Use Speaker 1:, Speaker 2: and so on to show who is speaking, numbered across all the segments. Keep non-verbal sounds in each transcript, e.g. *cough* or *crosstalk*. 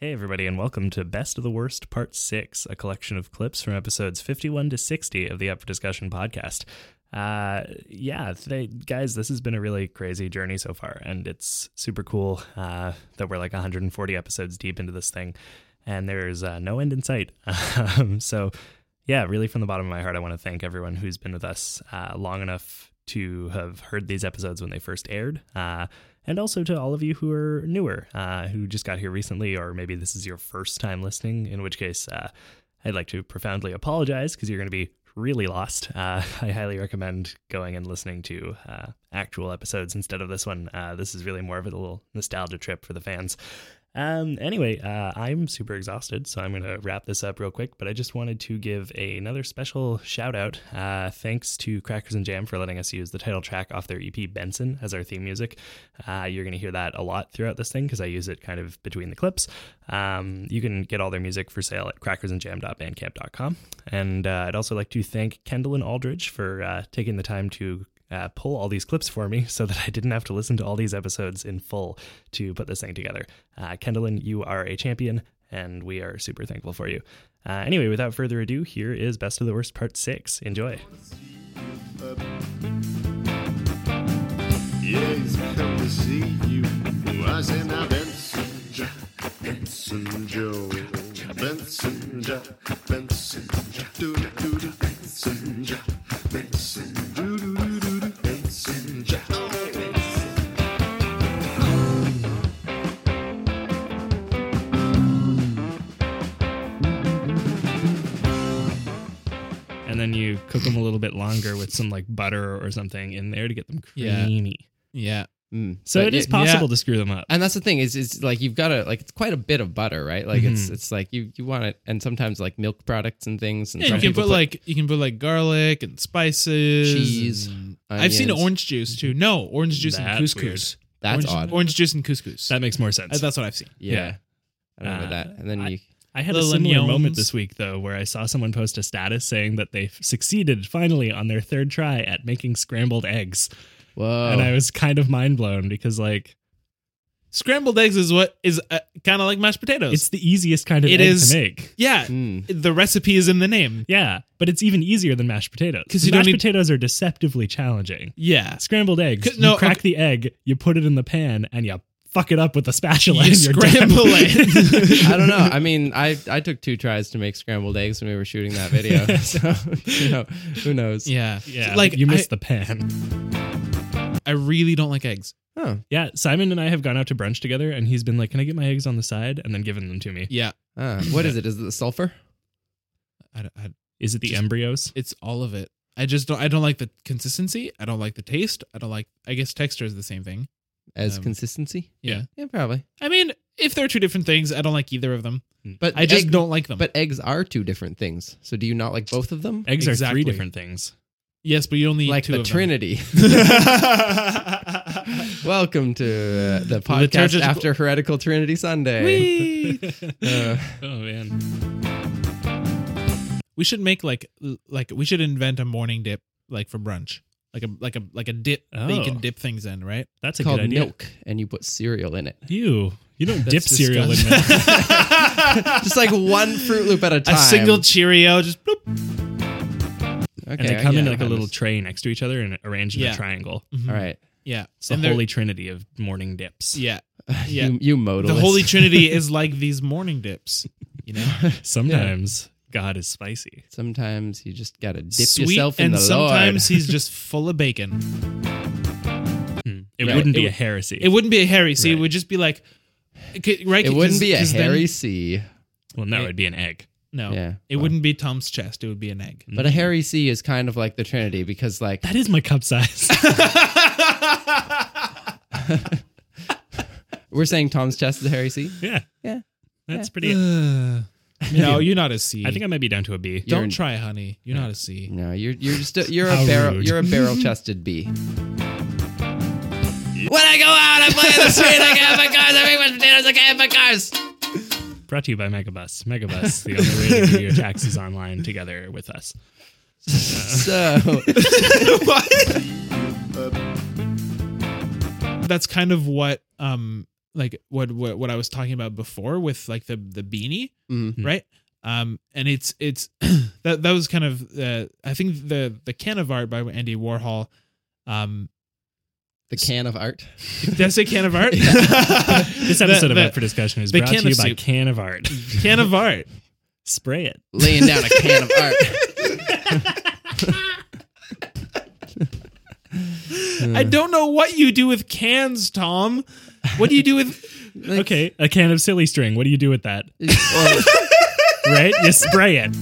Speaker 1: Hey, everybody, and welcome to Best of the Worst Part 6, a collection of clips from episodes 51 to 60 of the Up for Discussion podcast. Uh, yeah, they, guys, this has been a really crazy journey so far, and it's super cool uh, that we're like 140 episodes deep into this thing, and there's uh, no end in sight. *laughs* um, so, yeah, really from the bottom of my heart, I want to thank everyone who's been with us uh, long enough to have heard these episodes when they first aired. Uh, and also to all of you who are newer, uh, who just got here recently, or maybe this is your first time listening, in which case uh, I'd like to profoundly apologize because you're going to be really lost. Uh, *laughs* I highly recommend going and listening to uh, actual episodes instead of this one. Uh, this is really more of a little nostalgia trip for the fans. Um, anyway, uh, I'm super exhausted, so I'm going to wrap this up real quick. But I just wanted to give another special shout out. Uh, thanks to Crackers and Jam for letting us use the title track off their EP Benson as our theme music. Uh, you're going to hear that a lot throughout this thing because I use it kind of between the clips. Um, you can get all their music for sale at crackersandjam.bandcamp.com. And uh, I'd also like to thank Kendall and Aldridge for uh, taking the time to uh, pull all these clips for me *laughs* so that I didn't have to listen to all these episodes in full to put this thing together. Uh, Kendallin, you are a champion, and we are super thankful for you. Uh, anyway, without further ado, here is Best of the Worst Part 6. Enjoy.
Speaker 2: Yeah, he's come to see you. I say now Benson Joe, Benson Joe, Benson Joe, Benson Joe, do do do do, Benson Joe, Benson do do do do do, Benson Joe.
Speaker 1: And then you cook them a little bit longer with some like butter or something in there to get them
Speaker 3: Yeah.
Speaker 1: creamy.
Speaker 3: Yeah. Mm.
Speaker 1: So
Speaker 3: But
Speaker 1: it is
Speaker 3: y- yeah.
Speaker 1: possible to screw them up.
Speaker 3: And that's the thing is, is like you've got to like it's quite a bit of butter, right? Like it's
Speaker 4: Mm-hmm.
Speaker 1: Mhm.
Speaker 3: it's like you you want it, and sometimes like milk products and things, and
Speaker 4: Yeah,
Speaker 3: some
Speaker 4: you can
Speaker 3: people
Speaker 4: put like you can put like garlic and spices,
Speaker 3: Cheese,
Speaker 4: and- I've seen
Speaker 3: onions.
Speaker 4: orange juice too. No, orange juice and
Speaker 1: That's
Speaker 4: couscous.
Speaker 1: weird.
Speaker 3: That's
Speaker 4: orange,
Speaker 3: odd.
Speaker 4: Orange juice and couscous.
Speaker 1: that makes more sense.
Speaker 4: That's what I've seen.
Speaker 3: yeah.
Speaker 1: yeah.
Speaker 3: I don't
Speaker 1: Uh,
Speaker 3: know that. And then
Speaker 1: I-
Speaker 3: you
Speaker 1: I had a
Speaker 4: Little
Speaker 1: similar
Speaker 4: onions.
Speaker 1: moment this week, though, where I saw someone post a status saying that they succeeded finally on their third try at making scrambled eggs.
Speaker 3: whoa.
Speaker 4: Oh.
Speaker 1: And I was kind of mind blown because, like,
Speaker 4: Scrambled eggs is what is uh, kind of like mashed potatoes.
Speaker 1: it's the easiest kind of
Speaker 4: It
Speaker 1: egg
Speaker 4: is-
Speaker 1: to make.
Speaker 4: yeah,
Speaker 3: Mm.
Speaker 4: the recipe is in the name.
Speaker 1: Yeah, but it's even easier than mashed potatoes.
Speaker 4: 'Cause you
Speaker 1: mashed
Speaker 4: don't need-
Speaker 1: potatoes are deceptively challenging.
Speaker 4: Yeah,
Speaker 1: Scrambled eggs,
Speaker 4: 'Cause- no,
Speaker 1: you crack the egg, you put it in the pan, and you fuck it up with a spatula.
Speaker 4: You
Speaker 1: and you're done.
Speaker 4: scramble it.
Speaker 1: *laughs*
Speaker 3: I don't know. I mean, I I took two tries to make scrambled eggs when we were shooting that
Speaker 4: *laughs*
Speaker 3: video. *laughs* so you know, who knows?
Speaker 4: yeah,
Speaker 1: yeah,
Speaker 4: *laughs* Like
Speaker 1: you missed the
Speaker 4: I,
Speaker 1: pan.
Speaker 4: I really don't like eggs.
Speaker 3: Huh.
Speaker 1: Yeah, Simon and I have gone out to brunch together, and he's been like, "Can I get my eggs on the side?" and then given them to me.
Speaker 4: Yeah,
Speaker 3: Uh, what is it? Is it the sulfur?
Speaker 4: I, don't- I,
Speaker 1: Is it the
Speaker 4: Just-
Speaker 1: embryos?
Speaker 4: it's all of it. I just don't. I don't like the consistency. I don't like the taste. I don't like. I guess texture is the same thing.
Speaker 3: As
Speaker 4: Um,
Speaker 3: consistency?
Speaker 4: yeah.
Speaker 3: Yeah, probably.
Speaker 4: I mean, if they're two different things, I don't like either of them.
Speaker 3: But
Speaker 4: I just
Speaker 3: egg-
Speaker 4: don't like them.
Speaker 3: But eggs are two different things. So do you not like both of them?
Speaker 1: Eggs are three
Speaker 4: exactly.
Speaker 1: different things.
Speaker 4: yes, but you only eat
Speaker 3: like
Speaker 4: two
Speaker 3: the
Speaker 4: of them.
Speaker 3: Trinity.
Speaker 4: *laughs*
Speaker 3: Welcome to uh, the podcast
Speaker 4: Liturgical-
Speaker 3: after Heretical Trinity Sunday. Uh,
Speaker 1: oh man,
Speaker 4: We should make like l- like we should invent a morning dip like for brunch. Like a like a like a dip that you
Speaker 1: Oh.
Speaker 4: can dip things in, right?
Speaker 1: that's a
Speaker 3: it's called
Speaker 1: good idea.
Speaker 3: milk, and you put cereal in it.
Speaker 1: Ew, you don't
Speaker 3: That's
Speaker 1: dip cereal in milk.
Speaker 3: disgusting. *laughs* Just like one Fruit Loop at a time.
Speaker 4: A single Cheerio, just bloop.
Speaker 3: Okay,
Speaker 1: And they come in
Speaker 3: yeah,
Speaker 1: like a
Speaker 3: I
Speaker 1: little
Speaker 3: just-
Speaker 1: tray next to each other and arranged in a
Speaker 4: Yeah.
Speaker 1: triangle.
Speaker 3: All right.
Speaker 4: Yeah,
Speaker 1: It's the
Speaker 4: And they're-
Speaker 1: holy trinity of morning dips. *laughs*
Speaker 3: *laughs*
Speaker 4: Yeah,
Speaker 3: Yeah.
Speaker 4: Yeah.
Speaker 3: You, you modalist.
Speaker 4: the Holy Trinity
Speaker 3: *laughs*
Speaker 4: is like these morning dips. You know,
Speaker 1: Sometimes God is spicy.
Speaker 3: Sometimes you just gotta *laughs* dip
Speaker 4: sweet,
Speaker 3: yourself in
Speaker 4: and
Speaker 3: the
Speaker 4: sometimes
Speaker 3: Lord.
Speaker 4: he's just full of bacon.
Speaker 1: Hmm. It
Speaker 3: Right.
Speaker 1: wouldn't be
Speaker 3: It
Speaker 1: a heresy.
Speaker 4: It wouldn't be a heresy.
Speaker 1: Right.
Speaker 4: It would just be like, c- right?
Speaker 3: It
Speaker 4: 'cause-
Speaker 3: wouldn't be a
Speaker 4: 'cause then-
Speaker 3: hairy sea,
Speaker 1: well, no,
Speaker 4: it-
Speaker 1: it'd be an egg.
Speaker 4: No,
Speaker 3: Yeah,
Speaker 4: it
Speaker 3: well.
Speaker 4: wouldn't be Tom's chest. It would be an egg.
Speaker 3: but a hairy sea is kind of like the Trinity because, like,
Speaker 1: That is my cup size. *laughs*
Speaker 3: we're saying Tom's chest is a hairy sea.
Speaker 1: yeah,
Speaker 3: Yeah.
Speaker 1: that's
Speaker 3: Yeah.
Speaker 1: pretty.
Speaker 4: Uh,
Speaker 1: *laughs*
Speaker 4: Ugh. no, you're not a C.
Speaker 1: I think I might be down to a B.
Speaker 3: You're
Speaker 4: Don't
Speaker 3: an-
Speaker 4: try, honey. You're not a C.
Speaker 3: No, you're you're just a, you're
Speaker 1: How
Speaker 3: a barrel
Speaker 1: rude.
Speaker 3: you're a barrel chested bee. When I go out, I play in the street. I get my cars. I make my potatoes. I get my cars.
Speaker 1: Brought to you by Megabus.
Speaker 4: *laughs*
Speaker 1: Megabus, the only way to do your taxes online together with us.
Speaker 3: So
Speaker 4: That's kind of what um like what what, what I was talking about before with like the the beanie,
Speaker 3: Mhm.
Speaker 1: Hmm.
Speaker 4: right? Um, and it's it's *clears throat* that that was kind of uh, I think the the can of art by Andy Warhol. Um,
Speaker 3: The can of art.
Speaker 4: did I say can of
Speaker 1: *laughs*
Speaker 4: art? *laughs*
Speaker 1: This episode
Speaker 4: The-
Speaker 1: of
Speaker 4: the
Speaker 1: Up for Discussion is
Speaker 4: the
Speaker 1: brought
Speaker 4: can
Speaker 1: to you
Speaker 4: of
Speaker 1: by
Speaker 4: soup.
Speaker 1: Can of
Speaker 4: *laughs*
Speaker 1: Art.
Speaker 4: can of art.
Speaker 1: Spray it.
Speaker 3: Laying down a can of art.
Speaker 4: I don't know what you do with cans, Tom. What do you do with?
Speaker 1: *laughs* Okay, a can of silly string. What do you do with that?
Speaker 3: *laughs* Well,
Speaker 1: Right? You spray it.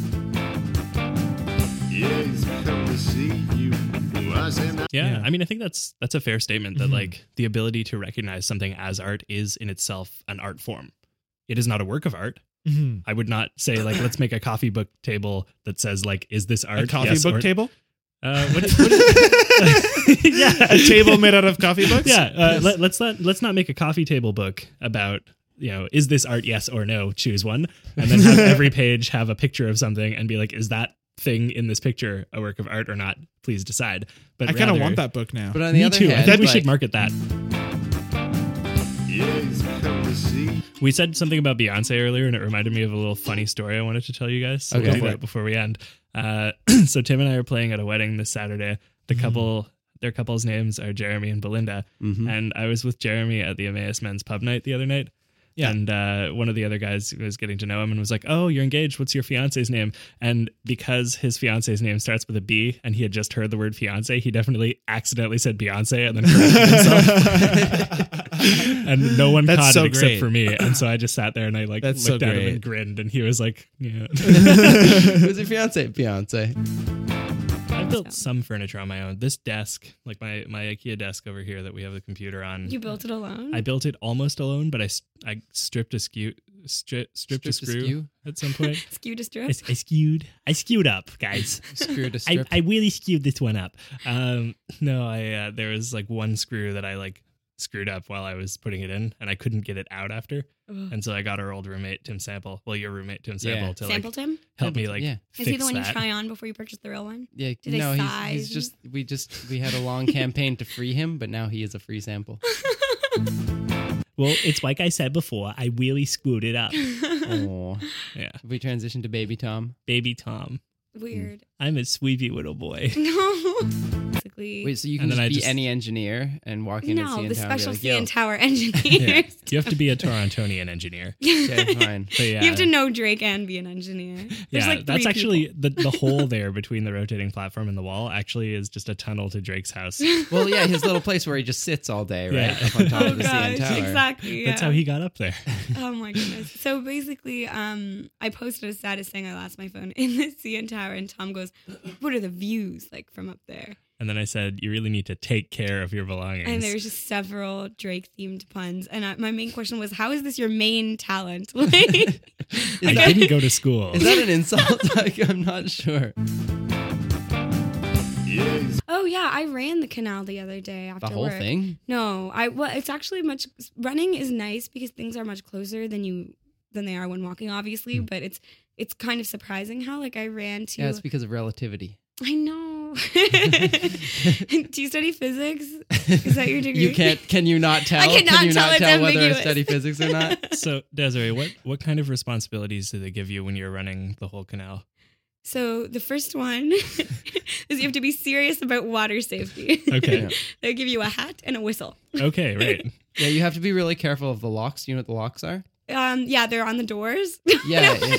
Speaker 2: Yes, come to see you. Was in a
Speaker 1: Yeah,
Speaker 4: Yeah. Mm-hmm.
Speaker 1: I mean, I think that's that's a fair statement that like the ability to recognize something as art is in itself an art form. It is not a work of art.
Speaker 4: Mhm.
Speaker 1: I would not say like let's make a coffee book table that says like is this art?
Speaker 4: a coffee
Speaker 1: Yes
Speaker 4: book
Speaker 1: or-
Speaker 4: table?
Speaker 1: Uh, what, what is- *laughs*
Speaker 4: *laughs*
Speaker 1: yeah,
Speaker 4: A table made out of coffee books?
Speaker 1: Yeah, uh, let, let's not let's not make a coffee table book about you know is this art yes or no choose one and then have
Speaker 4: *laughs*
Speaker 1: every page have a picture of something and be like is that thing in this picture a work of art or not please decide but
Speaker 4: I kind of
Speaker 1: rather-
Speaker 4: want that book now.
Speaker 3: but on the
Speaker 1: me
Speaker 3: other
Speaker 1: too
Speaker 3: hand,
Speaker 1: i think we
Speaker 3: like,
Speaker 1: should market that
Speaker 2: yes, come to see.
Speaker 1: We said something about Beyonce earlier, and it reminded me of a little funny story I wanted to tell you guys. So
Speaker 3: Okay.
Speaker 1: we'll do that before we end. Uh, *clears throat* so Tim and I are playing at a wedding this Saturday. The
Speaker 3: Mm-hmm.
Speaker 1: couple, their couple's names are Jeremy and Belinda,
Speaker 3: Mhm.
Speaker 1: and I was with Jeremy at the Emmaus Men's Pub night the other night.
Speaker 4: Yeah.
Speaker 1: And uh, one of the other guys was getting to know him and was like, "Oh, you're engaged. What's your fiance's name?" And because his fiance's name starts with a B, and he had just heard the word fiance, he definitely accidentally said Beyonce, and then
Speaker 3: *laughs*
Speaker 1: corrected himself. and no one
Speaker 4: That's
Speaker 1: caught
Speaker 4: so
Speaker 1: it except
Speaker 4: great.
Speaker 1: for me. And so I just sat there and I like
Speaker 4: That's so
Speaker 1: looked at him
Speaker 4: great.
Speaker 1: and grinned, and he was like, "Yeah."
Speaker 3: Who's your fiance? Beyonce.
Speaker 1: I built some furniture on my own. This desk, like my my IKEA desk over here that we have the computer on.
Speaker 5: You built it alone?
Speaker 1: I built it almost alone, but I s- I stripped a skew stri- stripped, a
Speaker 3: Stripped a
Speaker 1: screw
Speaker 3: skew?
Speaker 1: at some point.
Speaker 5: *laughs* Skewed
Speaker 1: I,
Speaker 5: a strip?
Speaker 1: s- I skewed I skewed up, guys.
Speaker 3: Screwed a
Speaker 1: I,
Speaker 3: strip.
Speaker 1: I really skewed this one up. Um, no, I uh, there was like one screw that I like screwed up while I was putting it in, and I couldn't get it out after.
Speaker 5: Ugh.
Speaker 1: And so I got our old roommate Tim Sample, well, your roommate Tim
Speaker 3: Yeah.
Speaker 1: Sample, to like
Speaker 5: Sample Tim?
Speaker 1: help me like
Speaker 3: Yeah.
Speaker 5: Is
Speaker 1: fix
Speaker 5: he the one
Speaker 1: that.
Speaker 5: you try on before you purchase the real one?
Speaker 3: yeah,
Speaker 5: Do they
Speaker 3: no, he's, he's
Speaker 5: size?
Speaker 3: just we just we had a long campaign to free him, but now he is a free sample.
Speaker 1: well, it's like I said before, I really screwed it
Speaker 5: *laughs*
Speaker 1: up. hmm.
Speaker 3: Oh,
Speaker 1: yeah,
Speaker 3: we transitioned to baby Tom.
Speaker 1: baby Tom,
Speaker 5: Weird. *laughs*
Speaker 1: I'm a sweepy little boy. *laughs*
Speaker 5: No. Basically,
Speaker 3: Wait, so you
Speaker 1: And then
Speaker 3: can just
Speaker 1: I
Speaker 3: be
Speaker 1: just-
Speaker 3: any engineer and walk in
Speaker 5: no, the
Speaker 3: and see
Speaker 5: special
Speaker 3: like,
Speaker 5: CN
Speaker 1: *laughs*
Speaker 3: Yo,
Speaker 5: Tower
Speaker 1: Yeah.
Speaker 5: engineers. *laughs*
Speaker 1: You have to be a Torontonian engineer.
Speaker 3: *laughs*
Speaker 1: *laughs*
Speaker 3: okay, fine.
Speaker 1: But yeah,
Speaker 5: You have to know Drake and be
Speaker 1: *laughs*
Speaker 5: an engineer. There's
Speaker 1: yeah,
Speaker 5: like three
Speaker 1: that's actually
Speaker 5: people.
Speaker 1: the,
Speaker 5: *laughs*
Speaker 1: the hole there between the rotating platform and the wall actually is just a tunnel to Drake's
Speaker 5: *laughs*
Speaker 1: house.
Speaker 3: Well, yeah, his little place where he just sits all day, right,
Speaker 1: Yeah.
Speaker 3: up on top
Speaker 5: Oh
Speaker 3: of the
Speaker 1: *laughs*
Speaker 3: CN
Speaker 5: gosh,
Speaker 3: Tower.
Speaker 5: exactly.
Speaker 1: That's
Speaker 5: yeah.
Speaker 1: how he got up there. *laughs*
Speaker 5: Oh my goodness. So basically, um, I posted a status saying I lost my phone *laughs* in the CN Tower, and Tom goes, "What are the views like from up there?"
Speaker 1: And then I said, "You really need to take care of your belongings."
Speaker 5: And there was just several Drake themed puns, and I, my main question was, "How is this your main talent?" *laughs* Like,
Speaker 1: I
Speaker 3: *laughs* Is that-
Speaker 1: didn't *laughs* go to
Speaker 5: *laughs*
Speaker 1: school.
Speaker 3: Is that an insult? *laughs* like, I'm not sure.
Speaker 2: Yes,
Speaker 5: oh yeah, I ran the canal the other day after
Speaker 3: The whole
Speaker 5: work.
Speaker 3: thing?
Speaker 5: No, I well, it's actually much running is nice because things are much closer than you than they are when walking, obviously. But it's it's kind of surprising how like I ran to.
Speaker 3: Mm. Yeah, it's because of relativity.
Speaker 5: I know.
Speaker 3: *laughs*
Speaker 5: *laughs* Do you study physics? Is
Speaker 3: *laughs*
Speaker 5: that your degree?
Speaker 3: You can't. Can you
Speaker 5: *laughs*
Speaker 3: not tell?
Speaker 5: cannot
Speaker 3: can you
Speaker 5: tell
Speaker 3: not
Speaker 5: it's
Speaker 3: tell whether I
Speaker 5: ambiguous.
Speaker 3: study physics or not?
Speaker 5: *laughs*
Speaker 1: so, Desiree, what what kind of responsibilities do they give you when you're running the whole canal?
Speaker 5: So the first one *laughs* is you have to be serious about water safety. *laughs*
Speaker 1: Okay,
Speaker 5: They'll give you a hat and a whistle.
Speaker 1: okay, right.
Speaker 3: Yeah, you have to be really careful of the locks. You know what the locks
Speaker 5: *laughs*
Speaker 3: are?
Speaker 5: Um, yeah, they're on the doors. *laughs*
Speaker 3: Yeah, yeah.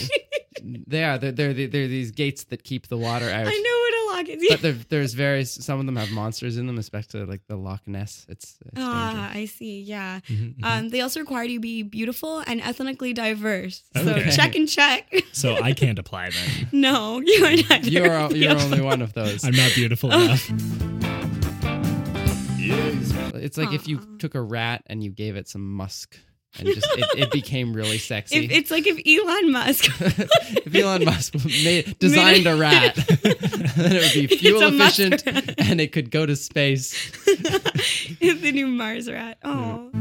Speaker 3: they are. They're, they're they're these gates that keep the water
Speaker 5: I
Speaker 3: out.
Speaker 5: know what a lock is.
Speaker 3: But there, there's various. Some of them have monsters in them, especially like the Loch Ness. It's, it's
Speaker 5: *laughs* Ah,
Speaker 3: dangerous.
Speaker 5: I see. Yeah.
Speaker 3: Mm-hmm,
Speaker 1: Mhm, mhm.
Speaker 5: Um, they also require you to be beautiful and ethnically diverse.
Speaker 1: Okay.
Speaker 5: So check and
Speaker 3: *laughs*
Speaker 5: check.
Speaker 1: so I can't apply
Speaker 5: *laughs*
Speaker 1: then.
Speaker 5: no, you are not. *laughs*
Speaker 3: you're you're only one of those.
Speaker 1: I'm not beautiful enough.
Speaker 2: yes,
Speaker 3: It's like if you
Speaker 5: Aw.
Speaker 3: took a rat and you gave it some musk, and just it, it became really sexy.
Speaker 5: *laughs* If, it's like if
Speaker 3: *laughs*
Speaker 5: Elon Musk *laughs*
Speaker 3: if Elon Musk made, designed a
Speaker 5: *laughs*
Speaker 3: rat, *laughs* then it would be
Speaker 5: It's
Speaker 3: fuel
Speaker 5: a musk
Speaker 3: efficient
Speaker 5: rat.
Speaker 3: *laughs* and it could go to space.
Speaker 5: is the new Mars rat. Oh.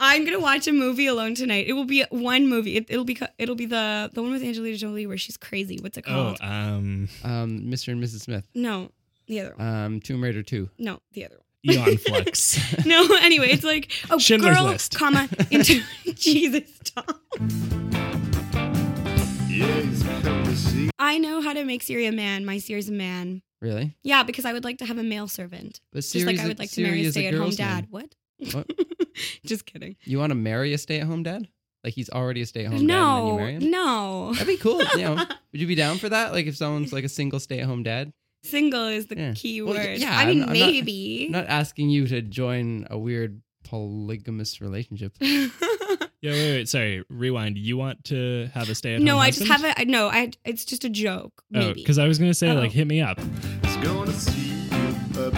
Speaker 5: I'm gonna watch a movie alone tonight. It will be one movie. It, it'll be co- it'll be the the one with Angelina Jolie where she's crazy. What's it
Speaker 1: Oh,
Speaker 5: called?
Speaker 1: um,
Speaker 3: Um, Mr. and Mrs. Smith,
Speaker 5: no, the other one.
Speaker 3: um, Tomb Raider 2.
Speaker 5: No, the other one. *laughs*
Speaker 1: Eon Flux.
Speaker 5: No, anyway,
Speaker 3: *laughs*
Speaker 5: it's like oh,
Speaker 1: Schindler's
Speaker 5: girl,
Speaker 1: List.
Speaker 5: comma into *laughs* Jesus Tom.
Speaker 2: Yes, come to see.
Speaker 5: I know how to make Siri a man. My Siri's a man.
Speaker 3: Really?
Speaker 5: Yeah, because I would like to have a male servant,
Speaker 3: But
Speaker 5: just like I would like to marry a stay-at-home dad. What?
Speaker 3: What?
Speaker 5: *laughs* just kidding.
Speaker 3: You want to marry a stay-at-home dad? Like he's already a stay-at-home dad, and then you
Speaker 5: no,
Speaker 3: marry him?
Speaker 5: no.
Speaker 3: That'd be cool. You
Speaker 5: *laughs*
Speaker 3: know, would you be down for that? Like if someone's like a single stay-at-home dad?
Speaker 5: Single is the
Speaker 3: Yeah.
Speaker 5: key
Speaker 3: Well,
Speaker 5: word.
Speaker 3: y- yeah,
Speaker 5: I mean
Speaker 3: I'm- I'm not-
Speaker 5: maybe.
Speaker 3: I'm
Speaker 5: *laughs*
Speaker 3: not asking you to join a weird polygamous relationship.
Speaker 1: yeah, wait, wait, sorry. Rewind. You want to have a stay at home?
Speaker 5: no, I just have a I- no. I it's just a joke.
Speaker 3: Oh,
Speaker 5: Maybe.
Speaker 1: because I was gonna say like
Speaker 5: Oh.
Speaker 1: hit me up.
Speaker 2: It's gonna see you up.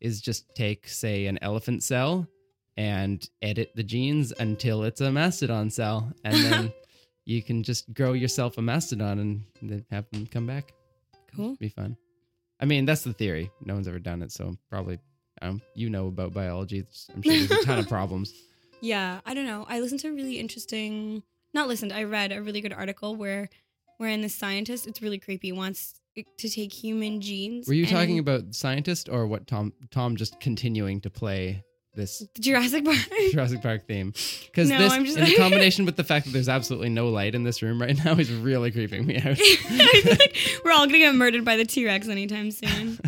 Speaker 3: Is just take say an elephant cell and edit the genes until it's a mastodon cell,
Speaker 5: *laughs*
Speaker 3: and then you can just grow yourself a mastodon and then have them come back.
Speaker 5: cool.
Speaker 3: be fun. I mean, that's the theory. No one's ever done it, so probably um, you know about biology. It's- I'm sure there's a
Speaker 5: *laughs*
Speaker 3: ton of problems.
Speaker 5: Yeah, I don't know. I listened to a really interesting, not listened, I read a really good article where wherein the scientist, it's really creepy, wants to take human genes.
Speaker 3: Were you talking
Speaker 5: and-
Speaker 3: about scientist or what? Tom Tom just continuing to play
Speaker 5: *laughs*
Speaker 3: this
Speaker 5: Jurassic Park?
Speaker 3: Jurassic Park theme because
Speaker 5: No,
Speaker 3: this
Speaker 5: I'm just- *laughs*
Speaker 3: in combination with the fact that there's absolutely no light in this room right now is really creeping me out.
Speaker 5: I feel
Speaker 3: *laughs*
Speaker 5: like we're all gonna get murdered by the T Rex anytime soon.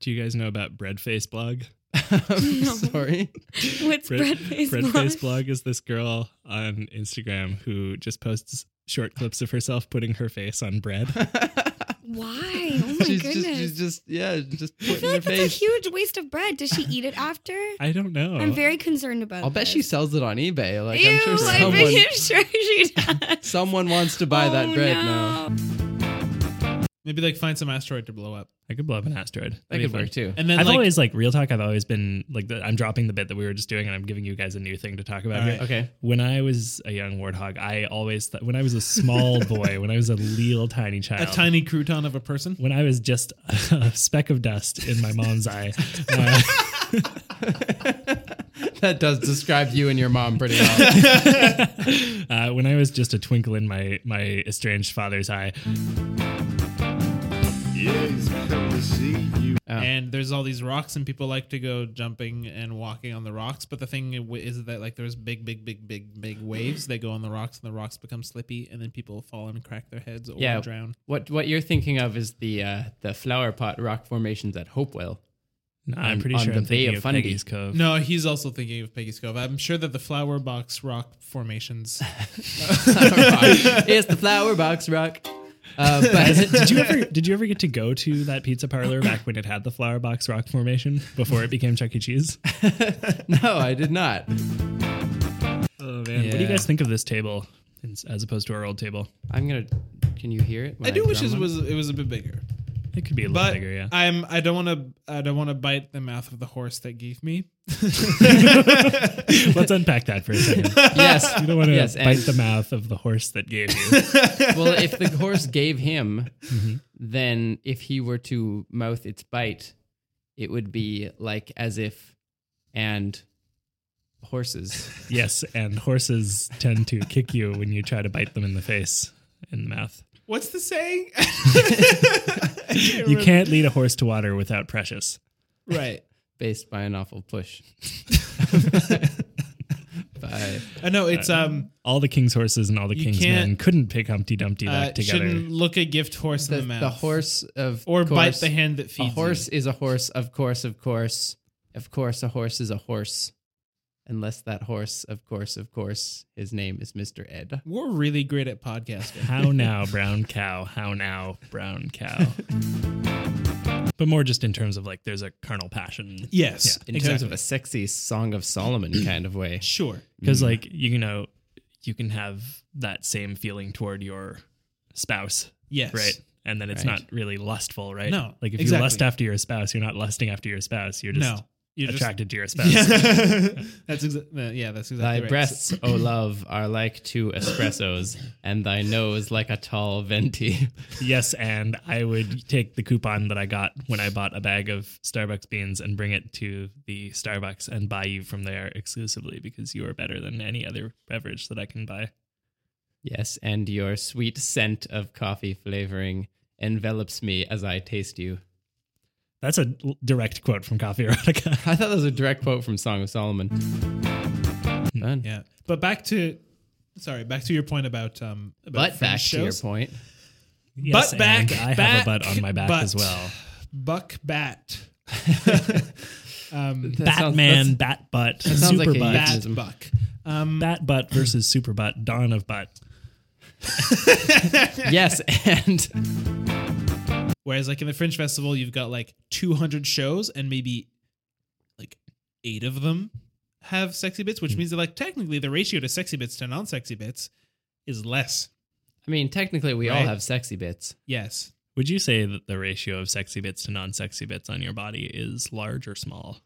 Speaker 1: Do you guys know about Breadface blog?
Speaker 5: *laughs*
Speaker 3: I'm *laughs*
Speaker 5: No.
Speaker 3: sorry.
Speaker 5: What's
Speaker 1: Red-
Speaker 5: bread face?
Speaker 1: Breadface blog is this girl on Instagram who just posts short clips of herself putting her face on bread.
Speaker 5: *laughs*
Speaker 1: *laughs*
Speaker 5: Why? Oh my
Speaker 3: she's
Speaker 5: goodness.
Speaker 3: just she's just yeah just
Speaker 5: I
Speaker 3: putting
Speaker 5: feel
Speaker 3: her
Speaker 5: like that's a
Speaker 3: face.
Speaker 5: huge waste of bread. Does she
Speaker 3: *laughs*
Speaker 5: eat it after?
Speaker 1: I don't know.
Speaker 5: I'm very concerned about
Speaker 3: I'll bet
Speaker 5: this.
Speaker 3: she sells it on eBay. Like
Speaker 5: Ew,
Speaker 3: I'm sure
Speaker 5: I'm
Speaker 3: someone
Speaker 5: pretty sure
Speaker 3: *laughs*
Speaker 5: she does.
Speaker 3: someone wants to buy that
Speaker 5: Oh,
Speaker 3: bread
Speaker 5: no.
Speaker 3: now.
Speaker 4: Maybe like find some asteroid to blow up.
Speaker 1: I could blow up an asteroid.
Speaker 3: That
Speaker 1: That'd be
Speaker 3: could
Speaker 1: fun.
Speaker 3: work too.
Speaker 4: And then
Speaker 1: I've
Speaker 4: like
Speaker 1: always like real talk. I've always been like the, I'm dropping the bit that we were just doing, and I'm giving you guys a new thing to talk about.
Speaker 4: All
Speaker 1: here.
Speaker 4: right.
Speaker 3: Okay.
Speaker 1: When I was a young warthog, I always thought when I was a small boy, when I was a little tiny child,
Speaker 4: a tiny crouton of a person.
Speaker 1: when I was just *laughs* a speck of dust in my mom's eye, uh, *laughs*
Speaker 3: that does describe you and your mom pretty *laughs* well.
Speaker 1: uh, when I was just a twinkle in my my estranged father's eye,
Speaker 2: Yes, come to see you.
Speaker 3: Oh.
Speaker 4: And there's all these rocks, and people like to go jumping and walking on the rocks. But the thing w- is that like there's big, big, big, big, big waves. They go on the rocks, and the rocks become slippy, and then people fall and crack their heads or
Speaker 3: Yeah.
Speaker 4: drown.
Speaker 3: what what you're thinking of is the uh, the flower pot rock formations at *laughs* Hopewell.
Speaker 1: No, I'm
Speaker 3: On-
Speaker 1: pretty
Speaker 3: on
Speaker 1: sure
Speaker 3: the
Speaker 1: I'm
Speaker 3: Bay
Speaker 1: thinking
Speaker 3: of
Speaker 1: of
Speaker 3: Fundy.
Speaker 1: Peggy's *laughs* Cove.
Speaker 4: No, he's also thinking of Peggy's Cove. I'm sure that the flower box rock *laughs* formations.
Speaker 3: it's the flower box rock. Uh, but *laughs*
Speaker 1: did you ever did you ever get to go to that pizza parlor back when it had the flower box rock formation before it became Chuck E. Cheese?
Speaker 3: no, I did not.
Speaker 1: Oh man, what do you
Speaker 3: Yeah.
Speaker 1: guys think of this table in- as opposed to our old table?
Speaker 3: I'm gonna. Can you hear it? when
Speaker 4: I do wish
Speaker 3: drum
Speaker 4: it
Speaker 3: on
Speaker 4: was it was a bit bigger,
Speaker 1: It could be a little
Speaker 4: but
Speaker 1: bigger, yeah.
Speaker 4: I'm I don't want to I don't want to bite the mouth of the horse that gave me.
Speaker 1: Let's unpack that for a second.
Speaker 4: *laughs*
Speaker 3: *laughs* Yes.
Speaker 1: You don't want to
Speaker 3: Yes,
Speaker 1: bite
Speaker 3: and-
Speaker 1: the mouth of the horse that gave you.
Speaker 4: *laughs*
Speaker 3: well, if the horse gave him,
Speaker 4: Mm-hmm.
Speaker 3: then if he were to mouth its bite, it would be like as if, and
Speaker 4: *laughs*
Speaker 3: horses.
Speaker 1: yes, and horses tend to kick you when you try to bite them in the face, in the mouth.
Speaker 4: What's the saying? *laughs*
Speaker 1: You can't lead a horse to water without precious.
Speaker 4: right.
Speaker 3: based by an
Speaker 4: *laughs*
Speaker 3: awful push. by,
Speaker 4: I know it's
Speaker 1: Uh,
Speaker 4: um.
Speaker 1: All the king's horses and all the
Speaker 4: You
Speaker 1: king's
Speaker 4: can't-
Speaker 1: men couldn't pick Humpty Dumpty back
Speaker 4: Uh,
Speaker 1: together.
Speaker 4: shouldn't look a gift horse
Speaker 3: the,
Speaker 4: in the mouth.
Speaker 3: the horse of
Speaker 4: or bite
Speaker 3: course-
Speaker 4: the hand that
Speaker 3: A
Speaker 4: feeds.
Speaker 3: horse is a horse, of course, of course, of course. A horse is a horse, unless that horse, of course, of course, his name is Mister Ed.
Speaker 4: You. We're really great at
Speaker 1: *laughs*
Speaker 4: podcasting.
Speaker 1: How now, brown cow? How now, brown cow?
Speaker 4: *laughs*
Speaker 1: but more just in terms of like there's a carnal passion.
Speaker 4: yes,
Speaker 3: In terms of a sexy Song of Solomon kind of way.
Speaker 4: sure.
Speaker 1: Because, like, you know, you can have that same feeling toward your spouse,
Speaker 4: Yes,
Speaker 1: right? And then it's
Speaker 3: Right.
Speaker 1: not really lustful, right?
Speaker 4: No,
Speaker 1: Like, if you
Speaker 4: exactly.
Speaker 1: lust after your spouse, you're not lusting after your spouse. You're just
Speaker 4: no, you're just- *laughs*
Speaker 1: attracted to your spouse.
Speaker 4: Yeah. that's exa- uh, yeah, that's exactly
Speaker 3: Thy
Speaker 4: right.
Speaker 3: breasts, O love, are like two espressos, and thy nose like a tall venti. *laughs*
Speaker 1: Yes, and I would take the coupon that I got when I bought a bag of Starbucks beans and bring it to the Starbucks and buy you from there exclusively because you are better than any other beverage that I can buy.
Speaker 3: Yes, and your sweet scent of coffee flavoring envelops me as I taste you.
Speaker 1: That's a l- direct quote from Coffee Erotica.
Speaker 3: I thought that was a direct quote from Song of Solomon. Fun.
Speaker 4: Yeah. But back to sorry, back to your point about um about
Speaker 3: But
Speaker 4: French
Speaker 3: back to your
Speaker 4: shows.
Speaker 3: point.
Speaker 1: Yes,
Speaker 4: butt back.
Speaker 1: and I have
Speaker 4: back,
Speaker 1: a butt on my back
Speaker 4: butt.
Speaker 1: as well.
Speaker 4: Buck bat.
Speaker 3: *laughs*
Speaker 4: um,
Speaker 3: That sounds-
Speaker 1: Batman,
Speaker 3: that's-
Speaker 1: bat butt,
Speaker 3: sounds
Speaker 1: super
Speaker 3: like a
Speaker 1: butt,
Speaker 4: bat
Speaker 3: Autism.
Speaker 4: buck. Um,
Speaker 1: bat butt versus super butt, dawn of butt.
Speaker 3: *laughs* yes, and
Speaker 4: whereas like in the Fringe Festival, you've got like 200 shows and maybe like eight of them have sexy bits, which means that like technically the ratio to sexy bits to non-sexy bits is less.
Speaker 3: I mean, technically, we all
Speaker 4: Right.
Speaker 3: have sexy bits. *laughs*
Speaker 4: Yes.
Speaker 1: Would you say that the ratio of sexy bits to non-sexy bits on your body is large or small?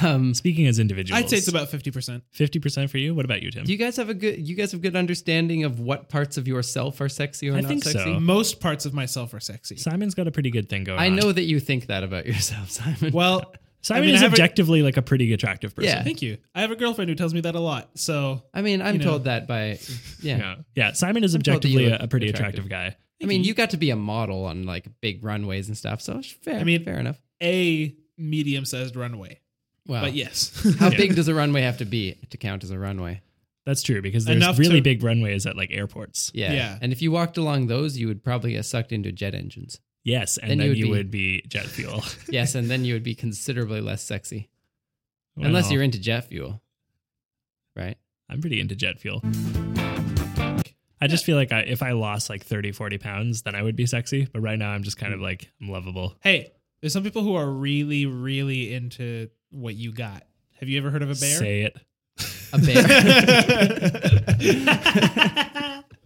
Speaker 3: Um,
Speaker 1: Speaking as individuals,
Speaker 4: I'd say it's about 50%.
Speaker 1: fifty percent for you. What about you, Tim?
Speaker 3: do you guys have a good? You guys have good understanding of what parts of yourself are sexy or
Speaker 1: I
Speaker 3: not
Speaker 1: think
Speaker 3: sexy.
Speaker 1: so.
Speaker 4: Most parts of myself
Speaker 1: *laughs*
Speaker 4: are sexy.
Speaker 1: Simon's got a pretty good thing going.
Speaker 3: I
Speaker 1: on.
Speaker 3: know that you think that about yourself, *laughs* Simon.
Speaker 4: Well,
Speaker 1: Simon
Speaker 4: I mean,
Speaker 1: is
Speaker 4: I have a-
Speaker 1: objectively like a pretty attractive person.
Speaker 3: Yeah.
Speaker 4: thank you. I have a girlfriend who tells me that a lot. So
Speaker 3: I mean, I'm
Speaker 4: you know.
Speaker 3: told that by yeah.
Speaker 1: yeah, Yeah, Simon is
Speaker 3: I'm told that you
Speaker 1: objectively a,
Speaker 3: look
Speaker 1: a pretty attractive,
Speaker 3: attractive.
Speaker 1: guy.
Speaker 3: I mean, you got to be a model on like big runways and stuff, so it's fair.
Speaker 4: I mean-
Speaker 3: fair enough.
Speaker 4: a medium-sized runway.
Speaker 3: Wow.
Speaker 4: But yes. *laughs*
Speaker 3: How
Speaker 1: Yeah.
Speaker 3: big does a runway have to be to count as a runway?
Speaker 1: That's true because there's
Speaker 4: Enough
Speaker 1: really
Speaker 4: to-
Speaker 1: big runways at like airports.
Speaker 3: Yeah.
Speaker 4: Yeah.
Speaker 3: And if you walked along those, you would probably get sucked into jet engines.
Speaker 1: Yes, and
Speaker 3: Then
Speaker 1: then,
Speaker 3: you would
Speaker 1: you,
Speaker 3: be-
Speaker 1: would be jet fuel.
Speaker 3: Yes, and then you would be considerably less sexy.
Speaker 1: Well,
Speaker 3: *laughs* Unless you're into jet fuel. Right?
Speaker 1: I'm pretty into jet fuel. I just feel like I, if I lost like 30, 40 pounds, then I would be sexy. But right now, I'm just kind of like, I'm lovable.
Speaker 4: hey, there's some people who are really, really into what you got. Have you ever heard of a bear?
Speaker 1: Say it.
Speaker 3: A bear.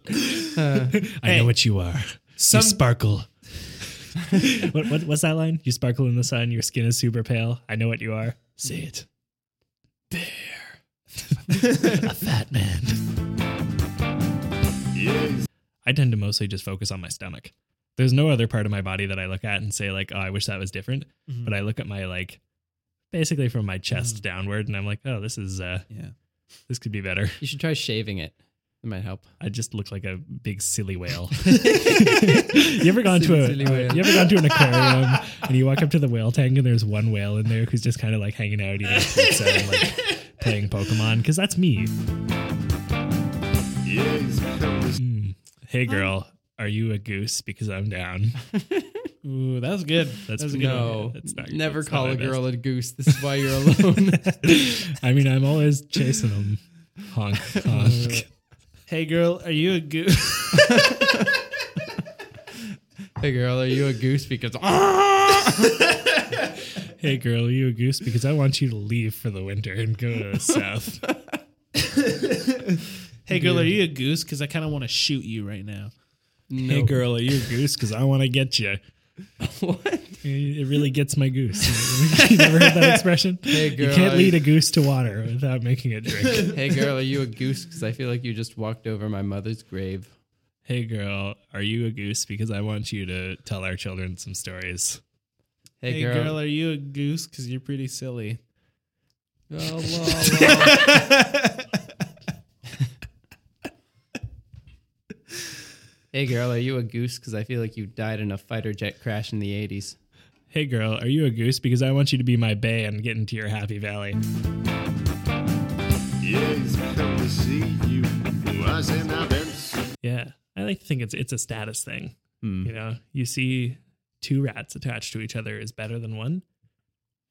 Speaker 1: I know what you are.
Speaker 4: *laughs* Some-
Speaker 1: you sparkle. what, what, what's that line? You sparkle in the sun. Your skin is super pale. I know what you are. Say it. Bear. A fat man. I tend to mostly just focus on my stomach. There's no other part of my body that I look at and say like, "Oh, I wish that was different."
Speaker 4: Mhm.
Speaker 1: But I look at my like, basically from my chest downward, and I'm like, "Oh, this is uh,
Speaker 4: yeah.
Speaker 1: this could be better."
Speaker 3: you should try shaving it. It might help.
Speaker 1: I just look like a big silly whale. you ever
Speaker 3: *laughs*
Speaker 1: gone to a
Speaker 3: Silly
Speaker 1: uh,
Speaker 3: whale.
Speaker 1: you ever gone to an aquarium and you walk up to the whale tank and there's one whale in there who's just kind of like hanging out eating pizza and like playing Pokemon because that's me. Mm. Hey girl, are you a goose? Because I'm down. *laughs*
Speaker 4: Ooh, that was good.
Speaker 1: That's
Speaker 4: that was a good one.
Speaker 3: No.
Speaker 1: That's not-
Speaker 3: Never
Speaker 1: that's not
Speaker 3: call
Speaker 1: my
Speaker 3: a
Speaker 1: best.
Speaker 3: girl a goose. This is why you're
Speaker 1: *laughs*
Speaker 3: alone.
Speaker 1: I mean, I'm always chasing them. Honk, honk.
Speaker 4: Hey, girl, are you a goose?
Speaker 3: hey girl, are you a goose? Because "Ah!"
Speaker 1: hey girl, are you a goose? Because I want you to leave for the winter and go to the south.
Speaker 4: *laughs* hey, girl, are you a goose? Because I kind of want to shoot you right now.
Speaker 3: *laughs* no.
Speaker 1: Hey girl, are you a goose? Because I want to get you.
Speaker 3: *laughs* What?
Speaker 1: It really gets my goose. *laughs* you never heard that expression?
Speaker 3: Hey girl.
Speaker 1: you can't
Speaker 3: are
Speaker 1: lead a goose to water without making *laughs* it drink.
Speaker 3: *laughs* Hey girl, are you a goose? Because I feel like you just walked over my mother's grave.
Speaker 1: hey girl, are you a goose? Because I want you to tell our children some stories.
Speaker 3: Hey,
Speaker 4: Hey,
Speaker 3: girl.
Speaker 4: girl. are you a goose? Because you're pretty silly.
Speaker 3: La, la, la. hey girl, are you a goose? Because I feel like you died in a fighter jet crash in the '80s.
Speaker 1: Hey girl, are you a goose? Because I want you to be my bay and get into your happy valley.
Speaker 2: Yes, come to see you. Was in a Benson.
Speaker 1: Yeah. I like to think it's it's a status thing.
Speaker 3: Hmm.
Speaker 1: You know, you see two rats attached to each other is better than one.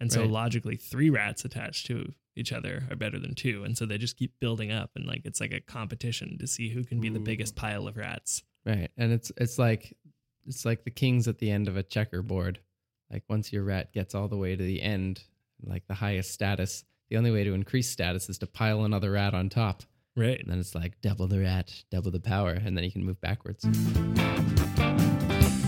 Speaker 1: And so
Speaker 3: Right.
Speaker 1: logically three rats attached to each other are better than two. And so they just keep building up and like it's like a competition to see who can be the biggest pile of rats.
Speaker 3: Right, and it's it's like it's like the kings at the end of a checkerboard. Like once your rat gets all the way to the end, like the highest status, the only way to increase status is to pile another rat on top.
Speaker 1: Right.
Speaker 3: And then it's like double the rat, double the power, and then you can move backwards.
Speaker 6: Mm.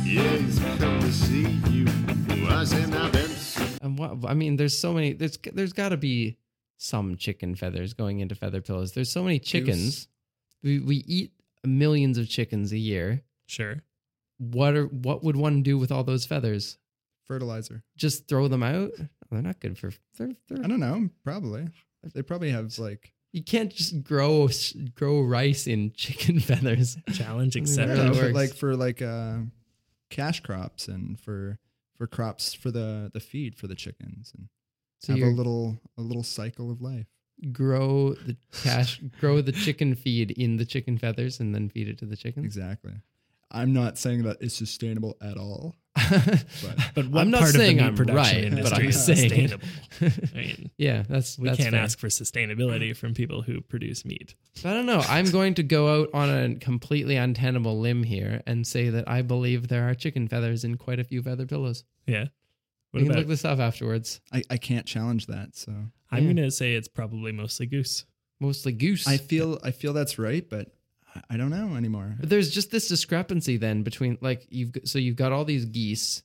Speaker 2: Yes, come to see you. Was in a Benson.
Speaker 3: And what, I mean, there's so many. There's there's got to be some chicken feathers going into feather pillows. There's so many chickens. We we eat millions of chickens a year.
Speaker 1: Sure.
Speaker 3: What are what would one do with all those feathers?
Speaker 6: fertilizer.
Speaker 3: Just throw them out? They're not good for. They're,
Speaker 6: I
Speaker 3: they're,
Speaker 6: don't know. Probably they probably have like
Speaker 3: you can't just grow s- grow rice in *laughs* chicken feathers.
Speaker 6: *laughs*
Speaker 1: Challenge
Speaker 3: I mean,
Speaker 6: I
Speaker 3: That
Speaker 6: don't
Speaker 1: accepted.
Speaker 3: really
Speaker 6: know, for,
Speaker 3: works.
Speaker 6: like for like uh, cash crops and for for crops for the the feed for the chickens and
Speaker 3: So
Speaker 6: have a
Speaker 3: you
Speaker 6: little a little cycle of life.
Speaker 3: grow the cash, grow the chicken feed in the chicken feathers, and then feed it to the chickens.
Speaker 6: Exactly. I'm not saying that it's sustainable at all.
Speaker 3: *laughs*
Speaker 6: But-
Speaker 1: But what
Speaker 3: I'm not
Speaker 1: part
Speaker 3: saying
Speaker 1: of the meat
Speaker 3: I'm
Speaker 1: production
Speaker 3: right, but
Speaker 1: industry
Speaker 6: I'm
Speaker 1: is
Speaker 3: saying-
Speaker 1: sustainable? *laughs* I mean,
Speaker 3: *laughs* yeah, that's
Speaker 1: we
Speaker 3: that's
Speaker 1: can't
Speaker 3: fair.
Speaker 1: ask for sustainability from people who produce meat.
Speaker 3: I don't know. I'm going to go out on a completely untenable limb here and say that I believe there are chicken feathers in quite a few feather pillows.
Speaker 1: Yeah. What
Speaker 3: We can
Speaker 1: about,
Speaker 3: look this up afterwards.
Speaker 6: I, I can't challenge that. So
Speaker 1: I'm
Speaker 3: Yeah.
Speaker 1: going to say it's probably mostly goose.
Speaker 3: Mostly goose.
Speaker 6: I feel I feel that's right, but I- I don't
Speaker 3: *laughs*
Speaker 6: know anymore.
Speaker 3: But there's just this discrepancy then between like you've g- so you've got all these geese,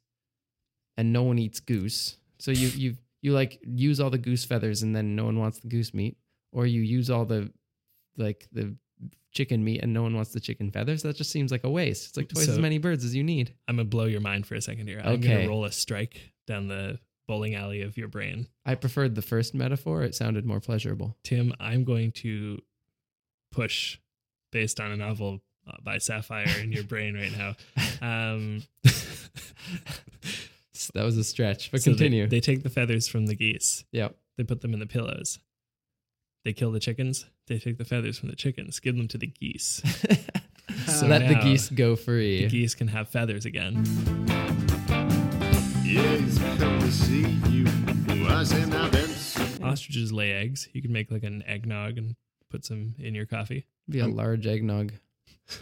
Speaker 3: and no one eats goose. So
Speaker 1: *laughs*
Speaker 3: you you you like use all the goose feathers and then no one wants the goose meat, or you use all the like the chicken meat and no one wants the chicken feathers. That just seems like a waste. It's like twice as
Speaker 1: So-
Speaker 3: many birds as you need.
Speaker 1: I'm going to blow your mind for a second here. I'm going
Speaker 3: Okay.
Speaker 1: to roll a strike down the bowling alley of your brain.
Speaker 3: I preferred the first metaphor. It sounded more pleasurable.
Speaker 1: Tim, I'm going to push based on a novel uh, by Sapphire in your brain right now. Um,
Speaker 3: S- That was a stretch, but
Speaker 1: so they-
Speaker 3: continue.
Speaker 1: they take the feathers from the geese.
Speaker 3: yep.
Speaker 1: They put them in the pillows. They kill the chickens. They take the feathers from the chickens, give them to the geese.
Speaker 6: Oh,
Speaker 1: So
Speaker 3: Let the
Speaker 1: now
Speaker 3: geese go free.
Speaker 1: The geese can have feathers again.
Speaker 2: Yes, come to see you. Was in our Benson.
Speaker 1: Ostriches lay eggs. You can make like an eggnog and put some in your coffee.
Speaker 3: Be a large eggnog.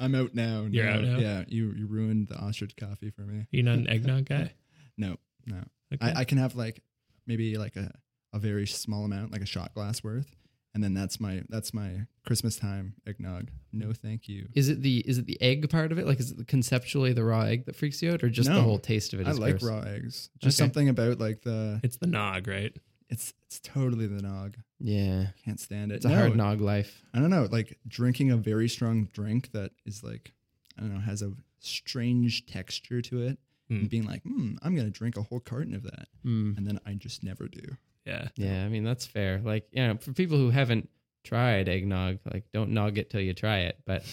Speaker 6: I'm out now.
Speaker 1: You're
Speaker 6: no.
Speaker 1: out now?
Speaker 6: Yeah, you you ruined the ostrich coffee for me.
Speaker 1: Are you not an eggnog guy?
Speaker 6: No, no.
Speaker 1: Okay.
Speaker 6: I, I can have like maybe like a, a very small amount, like a shot glass worth, and then that's my that's my Christmas time eggnog. No, thank you.
Speaker 3: Is it the is it the egg part of it? Like is it conceptually the raw egg that freaks you out, or just the
Speaker 6: No.
Speaker 3: whole taste of it?
Speaker 6: I
Speaker 3: Is
Speaker 6: like
Speaker 3: gross?
Speaker 6: raw eggs. Just
Speaker 3: Okay.
Speaker 6: something about like the
Speaker 1: it's the nog, right?
Speaker 6: it's it's totally the nog.
Speaker 3: Yeah,
Speaker 6: Can't stand it.
Speaker 3: it's a
Speaker 6: No,
Speaker 3: hard nog life.
Speaker 6: I don't know. Like drinking a very strong drink that is like I don't know has a strange texture to it,
Speaker 1: Hmm.
Speaker 6: and being like, hmm, I'm gonna drink a whole carton of that,
Speaker 3: Mm.
Speaker 6: and then I just never do.
Speaker 1: Yeah.
Speaker 3: Yeah, I mean that's fair. Like you know, for people who haven't tried eggnog, like don't nog it till you try it. But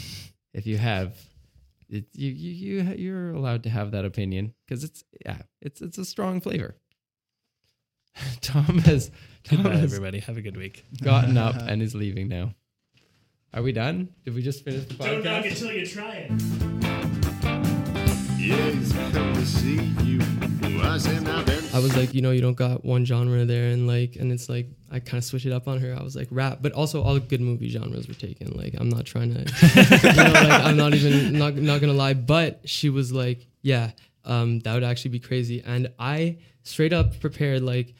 Speaker 3: if you have, it, you you you you're allowed to have that opinion because it's yeah, it's it's a strong flavor. *laughs* Tom has Tom
Speaker 1: Goodbye,
Speaker 3: has
Speaker 1: everybody. Have a good week.
Speaker 3: gotten up and is leaving now. Are we done? Did we just finish the podcast?
Speaker 1: until you try it.
Speaker 2: Yes, come to see you. Was in our Benson.
Speaker 7: I was like, you know, you don't got one genre there, and like, and it's like I kind of switch it up on her. I was like rap, but also all good movie genres were taken. Like, I'm
Speaker 1: *laughs*
Speaker 7: not trying to, you know, like I'm not even not not gonna lie. But she was like, yeah, um, that would actually be crazy. And I straight up prepared like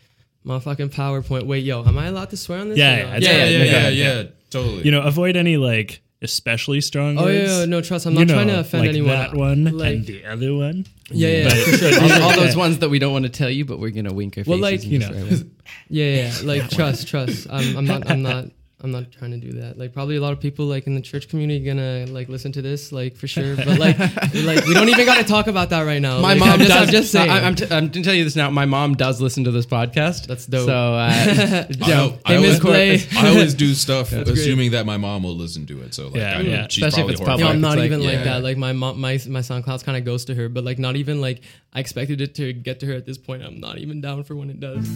Speaker 7: my fucking PowerPoint. Wait, yo, am I allowed to swear on this?
Speaker 1: Yeah,
Speaker 7: or
Speaker 1: yeah,
Speaker 7: not?
Speaker 1: it's
Speaker 8: Yeah, yeah,
Speaker 1: Yeah,
Speaker 8: yeah,
Speaker 1: yeah,
Speaker 8: yeah,
Speaker 1: yeah.
Speaker 8: totally.
Speaker 1: You know, avoid any like especially strong
Speaker 7: Oh
Speaker 1: words.
Speaker 7: yeah, yeah, no, trust. I'm not
Speaker 1: you know,
Speaker 7: trying to offend
Speaker 1: like
Speaker 7: anyone.
Speaker 1: That one
Speaker 7: Like-
Speaker 1: and the other one.
Speaker 7: Yeah, yeah, yeah,
Speaker 8: *laughs*
Speaker 7: for sure.
Speaker 3: all,
Speaker 1: *laughs*
Speaker 3: all those ones that we don't want to tell you, but we're gonna wink our faces.
Speaker 7: Well,
Speaker 3: and
Speaker 7: like,
Speaker 1: you
Speaker 3: just
Speaker 1: know.
Speaker 3: write it.
Speaker 7: Yeah, yeah, yeah. like trust, trust. I'm, I'm not, I'm not, I'm not trying to do that. Like probably a lot of people like in the church community gonna like listen to this, like for sure.
Speaker 8: *laughs*
Speaker 7: But like, like we don't even gotta talk about that right now.
Speaker 3: my
Speaker 7: Like,
Speaker 3: mom
Speaker 7: I'm
Speaker 3: does.
Speaker 7: just, I'm just saying.
Speaker 3: I, am t- I'm gonna tell you this now. My mom does listen to this podcast.
Speaker 7: That's dope.
Speaker 3: So, *laughs*
Speaker 7: *laughs*
Speaker 3: uh,
Speaker 8: I, al- I
Speaker 7: Hey,
Speaker 8: always,
Speaker 7: Miss Clay.
Speaker 8: I
Speaker 3: *laughs*
Speaker 8: always do stuff
Speaker 7: great.
Speaker 8: assuming that my mom will listen to it. So like,
Speaker 1: Yeah,
Speaker 8: I,
Speaker 1: yeah.
Speaker 8: she's
Speaker 3: Especially if
Speaker 8: probably horrified.
Speaker 3: it's
Speaker 7: no,
Speaker 3: public.
Speaker 7: I'm not
Speaker 3: like,
Speaker 7: even like
Speaker 8: yeah.
Speaker 7: that. Like my mom, my my SoundCloud kind of goes to her, but like not even like I expected it to get to her at this point. I'm not even down for when it does.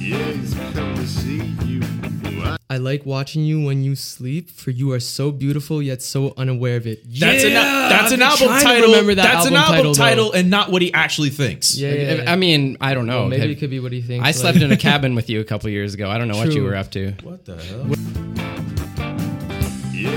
Speaker 2: Yes, come to see you. Was
Speaker 7: I like watching you when you sleep, for you are so beautiful yet so unaware of it.
Speaker 8: That's an
Speaker 7: Yeah,
Speaker 8: that's
Speaker 7: I've
Speaker 8: an
Speaker 7: been
Speaker 8: album
Speaker 7: trying to
Speaker 8: title.
Speaker 7: remember that
Speaker 8: that's an
Speaker 7: album
Speaker 8: album
Speaker 7: title,
Speaker 8: title,
Speaker 7: though.
Speaker 8: and not what he actually thinks.
Speaker 7: Yeah, yeah, yeah.
Speaker 3: I mean, I don't know.
Speaker 7: Well, maybe
Speaker 3: Have-
Speaker 7: it could be what he thinks.
Speaker 3: I
Speaker 7: like-
Speaker 3: slept in a cabin with you a couple years ago. I don't know what you
Speaker 7: True.
Speaker 3: were up to.
Speaker 8: What the hell?
Speaker 7: *laughs*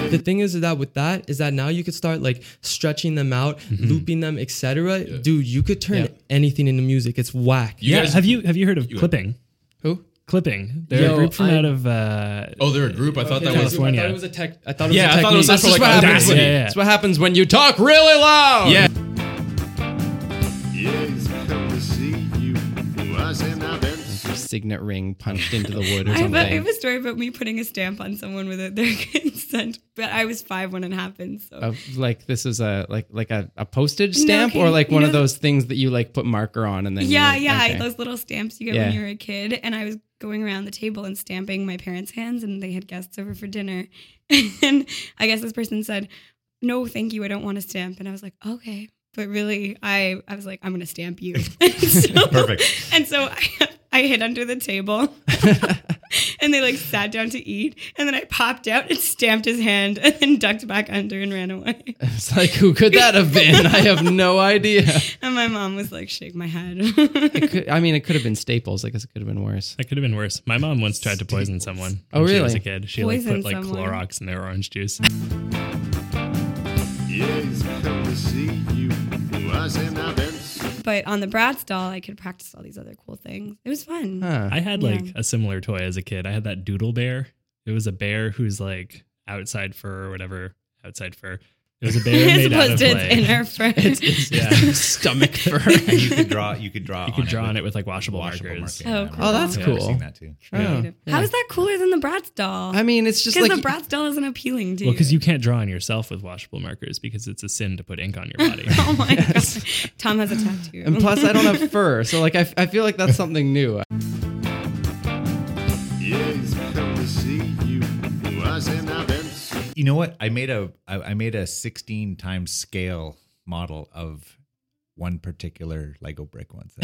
Speaker 7: the thing is that with that is that now you could start like stretching them out looping them etc dude you could turn
Speaker 3: Yeah.
Speaker 7: anything into music it's whack
Speaker 8: You
Speaker 1: yeah.
Speaker 8: guys-
Speaker 1: have you have you heard of clipping?
Speaker 3: Who?
Speaker 1: Clipping. They're
Speaker 7: Yo,
Speaker 1: a group from
Speaker 7: I-
Speaker 1: out of uh,
Speaker 8: Oh, they're a group. I thought that was.
Speaker 1: California.
Speaker 7: I thought it was a tech. I thought it was
Speaker 8: Yeah,
Speaker 7: a
Speaker 8: I thought it was
Speaker 7: technique.
Speaker 8: just for like
Speaker 3: what happens.
Speaker 1: yeah,
Speaker 8: audacity.
Speaker 1: yeah.
Speaker 3: That's what happens when you talk really loud.
Speaker 8: Yeah.
Speaker 2: yes, come to see you. Was in our Benson.
Speaker 3: Your signet ring punched into the wood or
Speaker 5: I have,
Speaker 3: something.
Speaker 5: a, I have a story about me putting a stamp on someone without their *laughs* consent, but I was five when it happened. So
Speaker 3: Of, like this is a like like a, a postage stamp or
Speaker 5: okay,
Speaker 3: like
Speaker 5: you
Speaker 3: one
Speaker 5: know
Speaker 3: of
Speaker 5: the-
Speaker 3: those things that you like put marker on and then you,
Speaker 5: yeah,
Speaker 3: like-
Speaker 5: yeah,
Speaker 3: okay.
Speaker 5: those little stamps you get
Speaker 3: Yeah.
Speaker 5: when you were a kid. And I was going around the table and stamping my parents' hands, and they had guests over for dinner. *laughs* And I guess this person said, "No, thank you, I don't want a stamp." And I was like, "Okay." but really, I I was like, I'm gonna stamp
Speaker 3: *laughs*
Speaker 5: you. *laughs* And so-
Speaker 9: Perfect.
Speaker 5: And so I, I hid under
Speaker 3: *laughs*
Speaker 5: the table. and they like sat down to eat, and then I popped out and stamped his hand, *laughs* and then ducked back under and ran away.
Speaker 3: It's like, who could that have been? *laughs* I have no
Speaker 5: *laughs*
Speaker 3: idea.
Speaker 5: And my mom was like, shake my head.
Speaker 3: *laughs* It could, I mean, it could have been Staples. I guess it could have been worse.
Speaker 1: That could have been worse. My mom once tried to poison someone.
Speaker 3: Oh,
Speaker 1: when She was
Speaker 3: really?
Speaker 1: a kid. She like,
Speaker 5: Poison
Speaker 1: put like
Speaker 5: someone.
Speaker 1: Clorox in their orange juice.
Speaker 5: *laughs*
Speaker 2: Yes, come to see you. Was in a Benson.
Speaker 5: but on the Bratz doll, I could practice all these other cool things. It was fun.
Speaker 3: Huh.
Speaker 1: I had
Speaker 5: Yeah.
Speaker 1: like a similar toy as a kid. I had that doodle bear. It was a bear who's like outside fur or whatever. Outside fur. It was a bear
Speaker 5: *laughs* *laughs* As
Speaker 1: made out
Speaker 5: opposed
Speaker 1: of
Speaker 5: to its
Speaker 1: like.
Speaker 3: *laughs*
Speaker 5: inner friend.
Speaker 8: *laughs*
Speaker 5: *laughs*
Speaker 1: yeah.
Speaker 3: Stomach fur.
Speaker 9: And you could draw. You could draw.
Speaker 1: You could draw on it with like washable, markers.
Speaker 5: Oh,
Speaker 9: I
Speaker 5: cool.
Speaker 3: Oh, that's
Speaker 9: remember
Speaker 3: cool.
Speaker 9: seeing that too.
Speaker 3: Oh, yeah.
Speaker 5: How is that cooler than the Bratz doll?
Speaker 3: I mean, it's just
Speaker 5: because
Speaker 3: like
Speaker 5: the Bratz doll isn't appealing to
Speaker 1: Well,
Speaker 5: you.
Speaker 1: because you can't draw on yourself with washable markers because it's a sin to put ink on
Speaker 5: *laughs*
Speaker 1: your body.
Speaker 5: Oh
Speaker 3: *laughs*
Speaker 5: my god, Tom has a tattoo.
Speaker 3: And plus, I don't
Speaker 5: *laughs*
Speaker 3: have *laughs* fur, so like I, I feel like that's something new.
Speaker 2: Yes, come to see you. Was in a Benson.
Speaker 9: You know what? I made a I, I made a 16 times scale model of one particular Lego brick once.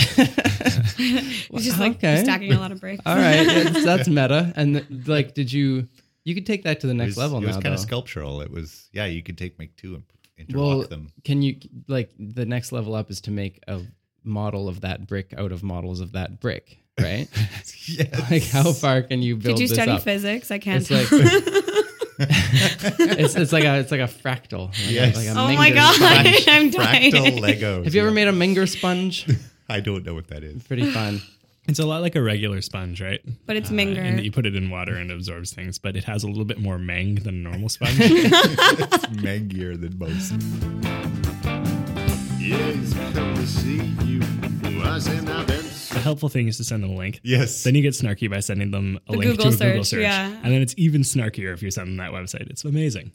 Speaker 3: *laughs*
Speaker 5: It's just like
Speaker 3: Okay.
Speaker 5: stacking a lot of bricks.
Speaker 3: All right,
Speaker 5: *laughs*
Speaker 3: that's, that's meta. And like, did you? You could take that to the next
Speaker 9: it was,
Speaker 3: level
Speaker 9: It was
Speaker 3: now,
Speaker 9: kind
Speaker 3: though.
Speaker 9: of sculptural. It was yeah. You could take make two and interlock
Speaker 3: well, *laughs*
Speaker 9: them. *laughs*
Speaker 3: can you like the next level up is to make a model of that brick out of models of that brick,
Speaker 9: *laughs*
Speaker 3: right?
Speaker 9: Yes.
Speaker 3: like, how far can you build
Speaker 5: Did you
Speaker 3: this
Speaker 5: study
Speaker 3: up?
Speaker 5: physics? I can't.
Speaker 3: It's
Speaker 5: *laughs*
Speaker 3: *laughs* It's, it's like a it's like a fractal. Like a-
Speaker 9: Yes.
Speaker 3: like a
Speaker 5: oh my
Speaker 3: Menger
Speaker 5: god,
Speaker 3: sponge.
Speaker 5: I'm
Speaker 9: *laughs* Fractal
Speaker 5: dying.
Speaker 3: *laughs*
Speaker 9: Lego.
Speaker 3: Have you ever made a Menger sponge?
Speaker 9: I don't know what that is.
Speaker 3: Pretty fun.
Speaker 1: it's a lot like a regular sponge, right?
Speaker 5: But
Speaker 3: uh,
Speaker 5: it's
Speaker 1: And that you
Speaker 5: Minger.
Speaker 1: put it in water and it absorbs things, but it has a little bit more mang than a
Speaker 5: *laughs*
Speaker 1: normal sponge.
Speaker 9: It's mangier than most.
Speaker 2: Yes, come to see you. Was in a Benson.
Speaker 1: the helpful thing is to send them a link.
Speaker 9: Yes.
Speaker 1: Then you get snarky by sending them a
Speaker 5: The
Speaker 1: link
Speaker 5: Google
Speaker 1: to a Google
Speaker 5: search,
Speaker 1: search.
Speaker 5: yeah.
Speaker 1: And then it's even snarkier if you send them that website. It's
Speaker 5: *laughs*
Speaker 1: amazing.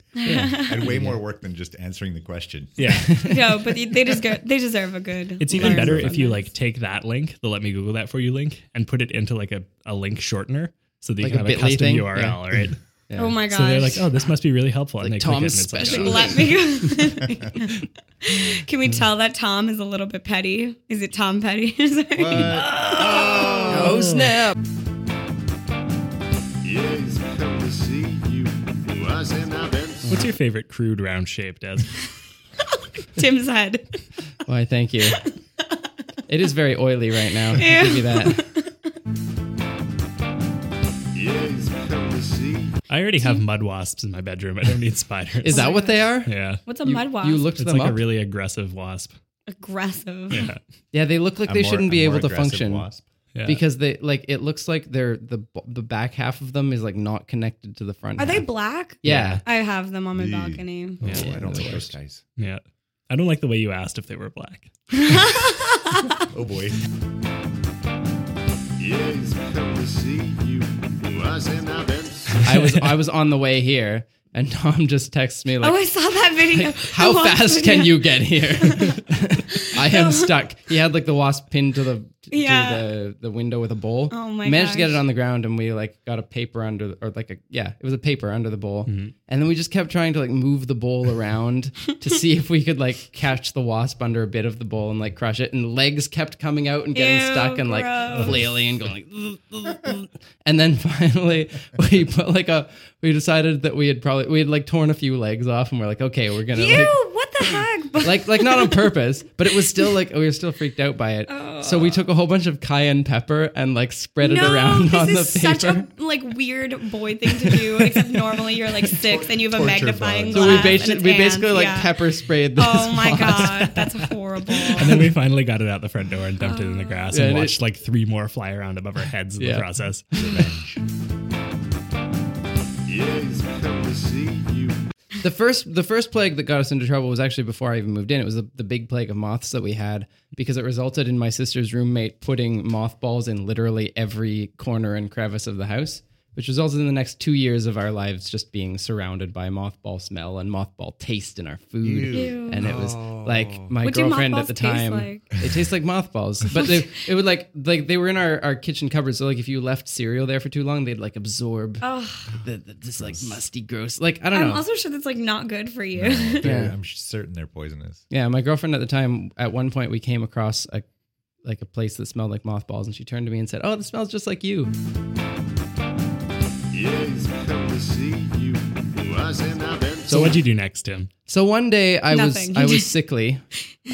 Speaker 3: *clears throat*
Speaker 9: and way more work than just answering the question.
Speaker 1: Yeah.
Speaker 5: *laughs* no, but they- they just go, they deserve a good.
Speaker 1: It's even
Speaker 5: learn
Speaker 1: better
Speaker 5: from
Speaker 1: if you
Speaker 5: this.
Speaker 1: like take that link, the let me Google that for you link, and put it into like a, a link shortener so that you
Speaker 3: Like
Speaker 1: can
Speaker 3: a
Speaker 1: have a
Speaker 3: bit.ly
Speaker 1: custom
Speaker 3: thing?
Speaker 1: URL,
Speaker 3: Yeah.
Speaker 5: *laughs*
Speaker 1: right?
Speaker 5: Oh my gosh.
Speaker 1: So they're like, oh, this must be really helpful. and
Speaker 3: Like
Speaker 1: they click
Speaker 3: Tom's
Speaker 1: it and it's like,
Speaker 3: special.
Speaker 1: oh.
Speaker 3: *laughs*
Speaker 5: Let me go. Can we tell that Tom is a little bit petty? Is it Tom Petty? *laughs* Sorry.
Speaker 3: Oh snap!
Speaker 2: Yes, come to see you. Was in a Benson.
Speaker 1: What's your favorite crude round shape, Des?
Speaker 5: Tim's head.
Speaker 3: Why? Thank you. It is very oily right now. I'll give you
Speaker 9: *laughs*
Speaker 3: that.
Speaker 2: Yes, come to see
Speaker 1: I already
Speaker 5: *laughs*
Speaker 1: have mud wasps in my bedroom. I don't need spiders.
Speaker 3: Is that what they are?
Speaker 1: Yeah.
Speaker 5: *laughs* What's a
Speaker 3: You-
Speaker 5: mud wasp?
Speaker 3: You looked
Speaker 1: It's
Speaker 3: them
Speaker 1: like
Speaker 3: up.
Speaker 1: a really aggressive wasp.
Speaker 5: aggressive.
Speaker 1: Yeah.
Speaker 3: yeah, they look like
Speaker 9: A
Speaker 3: they
Speaker 9: more-
Speaker 3: shouldn't
Speaker 9: a
Speaker 3: be
Speaker 9: more
Speaker 3: able to
Speaker 9: aggressive
Speaker 3: function
Speaker 9: wasp.
Speaker 1: yeah.
Speaker 3: because they like it looks like they're the b- the back half of them is like not connected to the front.
Speaker 5: Are they
Speaker 3: half.
Speaker 5: black?
Speaker 3: Yeah.
Speaker 5: I have them on my
Speaker 9: Yeah.
Speaker 5: balcony.
Speaker 9: Oh,
Speaker 1: Yeah.
Speaker 9: I don't like those guys.
Speaker 1: Yeah. I don't like the way you asked if they were black.
Speaker 9: Oh
Speaker 3: *laughs*
Speaker 9: boy. *laughs*
Speaker 2: Yes, come to see you. Was in a Benson.
Speaker 3: I was I was on the way here, and *laughs* Tom just texts me like,
Speaker 5: oh, I saw that video.
Speaker 3: *laughs* "How
Speaker 5: The wasp
Speaker 3: fast
Speaker 5: video.
Speaker 3: can you get
Speaker 5: *laughs*
Speaker 3: here? I am stuck." He had like the wasp pinned to the
Speaker 5: Yeah.
Speaker 3: to the, the window with a bowl.
Speaker 5: Oh my
Speaker 3: Managed to get
Speaker 5: gosh.
Speaker 3: it on the ground, and we like got a paper under the, or like a yeah, it was a paper under the bowl, and then we just kept trying to like move the bowl around
Speaker 5: *laughs*
Speaker 3: to see if we could like catch the wasp under a bit of the bowl and like crush it. And legs kept coming out and getting
Speaker 5: Ew,
Speaker 3: stuck and like
Speaker 5: gross.
Speaker 3: flailing and going like. And then *laughs* finally, we put like a. We decided that we had probably we had like torn a few legs off, and we're like, okay, we're gonna like,
Speaker 5: Ew, what the heck?
Speaker 3: *laughs*
Speaker 5: But
Speaker 3: like like not on purpose, but it was still like we were still freaked out by it. So we took a whole bunch of cayenne pepper and like spread it
Speaker 5: no,
Speaker 3: around
Speaker 5: this
Speaker 3: on
Speaker 5: is
Speaker 3: the paper.
Speaker 5: such a like weird boy thing to do. Except normally you're
Speaker 9: *laughs*
Speaker 5: like six and you have a
Speaker 9: Torture
Speaker 5: magnifying
Speaker 9: bug.
Speaker 3: so
Speaker 5: glass.
Speaker 3: we,
Speaker 5: and
Speaker 3: basi-
Speaker 5: it's
Speaker 3: we basically
Speaker 5: ants,
Speaker 3: like
Speaker 5: yeah.
Speaker 3: pepper sprayed this.
Speaker 5: Oh my
Speaker 3: wasp.
Speaker 5: god, that's
Speaker 3: *laughs*
Speaker 5: horrible.
Speaker 1: And then we finally got it out the front door and dumped it in the grass
Speaker 3: Ah. Yeah,
Speaker 1: and
Speaker 3: and it-
Speaker 1: watched like three more fly around above our heads in
Speaker 3: *laughs* Yeah.
Speaker 1: the process.
Speaker 2: Yes, come to see you.
Speaker 3: The first the first plague that got us into trouble was actually before I even moved in. It was the, the big plague of moths that we had because it resulted in my sister's roommate putting mothballs in literally every corner and crevice of the house. which resulted in the next two years of our lives just being surrounded by mothball smell and mothball taste in our food.
Speaker 5: Ew.
Speaker 3: And it was like my
Speaker 5: What do
Speaker 3: girlfriend at
Speaker 5: mothballs
Speaker 3: the
Speaker 5: taste
Speaker 3: time.
Speaker 5: like?
Speaker 3: It tastes like mothballs, but they, it would like like they were in our, our kitchen cupboard. So like if you left cereal there for too long, they'd like absorb
Speaker 5: Oh,
Speaker 3: the, the, this like musty gross. Like I don't
Speaker 5: I'm
Speaker 3: know.
Speaker 5: also sure that's like not good for you. *laughs*
Speaker 9: They're-
Speaker 3: Yeah.
Speaker 9: I'm certain they're poisonous.
Speaker 3: Yeah, my girlfriend at the time, at one point, we came across a like a place that smelled like mothballs, and she turned to me and said, "Oh, this smells just like you."
Speaker 2: Yes, come to see you. Was in a Benson.
Speaker 1: So what'd you do next, Tim?
Speaker 3: So one day, I
Speaker 5: Nothing.
Speaker 3: was I was sickly.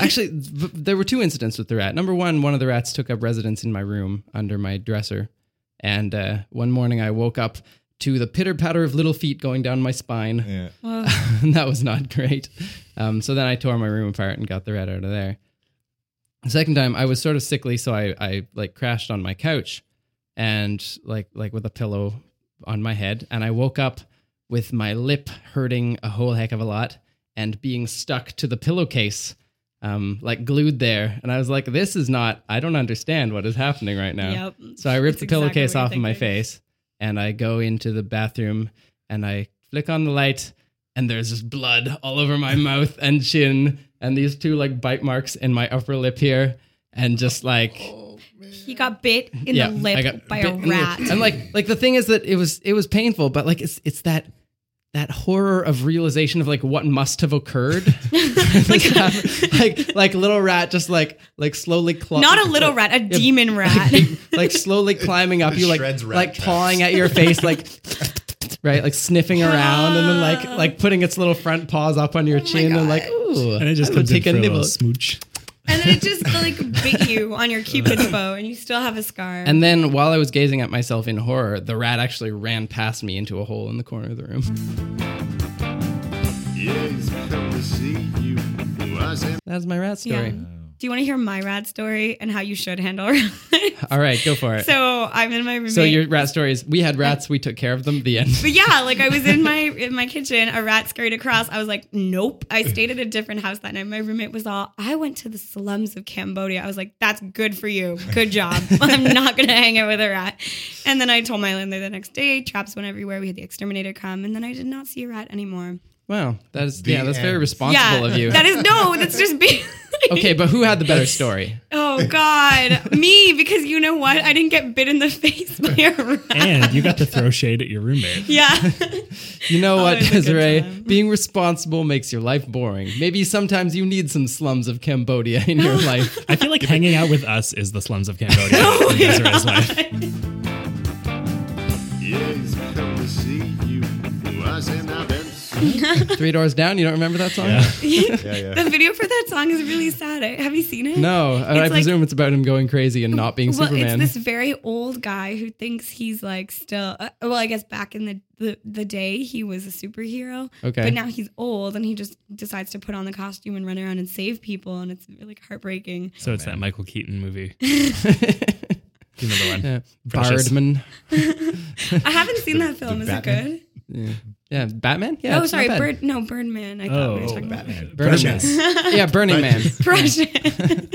Speaker 3: Actually, th- there were two incidents with the rat. Number one, one of the rats took up residence in my room under my dresser, and uh, one morning I woke up to the pitter patter of little feet going down my spine.
Speaker 5: *laughs*
Speaker 9: Yeah.
Speaker 3: and *laughs* that was not great. Um, so then I tore my room apart and got the rat out of there. The second time I was sort of sickly, so I, I like crashed on my couch and like like with a pillow on my head, and I woke up with my lip hurting a whole heck of a lot and being stuck to the pillowcase, um, like glued there. And I was like, "This is not. I don't understand what is happening right now."
Speaker 5: Yep.
Speaker 3: So I ripped
Speaker 5: That's
Speaker 3: the
Speaker 5: exactly
Speaker 3: pillowcase
Speaker 5: what
Speaker 3: off of my
Speaker 5: you're thinking.
Speaker 3: face and I go into the bathroom and I flick on the light and there's just blood all over
Speaker 5: *laughs*
Speaker 3: my mouth and chin and these two like bite marks in my upper lip here and just like
Speaker 5: He got bit in
Speaker 3: yeah,
Speaker 5: the
Speaker 3: I
Speaker 5: lip
Speaker 3: got
Speaker 5: by
Speaker 3: bit
Speaker 5: a
Speaker 3: in the lip. *laughs*
Speaker 5: rat.
Speaker 3: And like like the thing is that it was it was painful, but like it's it's that that horror of realization of like what must have
Speaker 5: *laughs*
Speaker 3: occurred. *laughs* like, like little rat just like like slowly claw-
Speaker 5: Not a little rat, a
Speaker 3: *laughs*
Speaker 5: demon rat.
Speaker 3: like slowly climbing up you, like
Speaker 9: Shreds rat
Speaker 3: like
Speaker 9: traps.
Speaker 3: pawing at your face, like right, like sniffing around, and then like like putting its little front paws up on your chin, and like ooh,
Speaker 1: And it just
Speaker 3: I would
Speaker 1: comes
Speaker 3: take
Speaker 1: in for
Speaker 3: a
Speaker 1: a
Speaker 3: nibble.
Speaker 1: little smooch.
Speaker 5: and then it just like bit you on
Speaker 3: *laughs*
Speaker 5: your cupid's bow, and you still have a scar.
Speaker 3: And then while I was gazing at myself in horror, the rat actually ran past me into a hole in the corner of the room.
Speaker 2: Yes, come to see you. Was in
Speaker 3: That's my rat story.
Speaker 5: Do you want to hear my rat story and how you should handle *laughs* rats?
Speaker 3: All right, go for it. So,
Speaker 5: So I'm in my roommate.
Speaker 3: your rat story is we had rats, we took care of them. The end. *laughs*
Speaker 5: But yeah, like I was in my in my kitchen, a rat scurried across. I was like, nope. I stayed at a different house that night. My roommate was all, I went to the slums of Cambodia. I was like, that's good for you. Good job. *laughs* I'm not gonna hang out with a rat. And then I told my landlord the next day, traps went everywhere. We had the exterminator come, and then I did not see a rat anymore.
Speaker 3: Wow, that is
Speaker 9: The
Speaker 3: yeah, that's very
Speaker 9: end.
Speaker 3: responsible
Speaker 5: yeah,
Speaker 3: of you.
Speaker 5: That is no, that's just being.
Speaker 3: *laughs* okay, but who had the better story?
Speaker 5: *laughs* Oh God, me because you know what? I didn't get bit in the *laughs* face by a rat.
Speaker 1: And you got to
Speaker 3: *laughs*
Speaker 1: throw shade at your roommate.
Speaker 5: yeah. *laughs*
Speaker 3: You know what,
Speaker 5: Always a good
Speaker 3: Desiree?
Speaker 5: time.
Speaker 3: Being responsible makes your life boring. Maybe sometimes you need some slums of Cambodia in
Speaker 5: *laughs*
Speaker 3: your life.
Speaker 1: I feel
Speaker 3: *laughs*
Speaker 1: like hanging out with us is the slums of Cambodia.
Speaker 3: Oh,
Speaker 5: Oh,
Speaker 1: in Desiree's life.
Speaker 2: yes, come to see you. Was in a Benson.
Speaker 3: Three Doors Down. You don't remember that song?
Speaker 5: *laughs* The video for that song is really sad. I- Have you seen it?
Speaker 3: No, I
Speaker 5: like-
Speaker 3: presume it's about him going crazy and not being
Speaker 5: well,
Speaker 3: Superman.
Speaker 5: it's this very old guy who thinks he's like still. Uh, well, I guess back in the, the the day he was a superhero.
Speaker 3: Okay.
Speaker 5: But now he's old and he just decides to put on the costume and run around and save people, and it's really heartbreaking.
Speaker 1: So it's that Michael Keaton movie.
Speaker 3: *laughs*
Speaker 1: You know the one.
Speaker 3: yeah.
Speaker 1: Precious.
Speaker 3: Bardman.
Speaker 5: I haven't seen that film. Is it good?
Speaker 3: Yeah. yeah, Batman. Yeah.
Speaker 5: oh,
Speaker 3: it's not
Speaker 5: sorry,
Speaker 3: bad. Oh,
Speaker 5: Bird. No, Birdman. I thought we were talking *laughs* about
Speaker 9: Batman.
Speaker 3: Burning Man. *laughs* yeah, Burning Man.
Speaker 5: Precious.
Speaker 3: *laughs*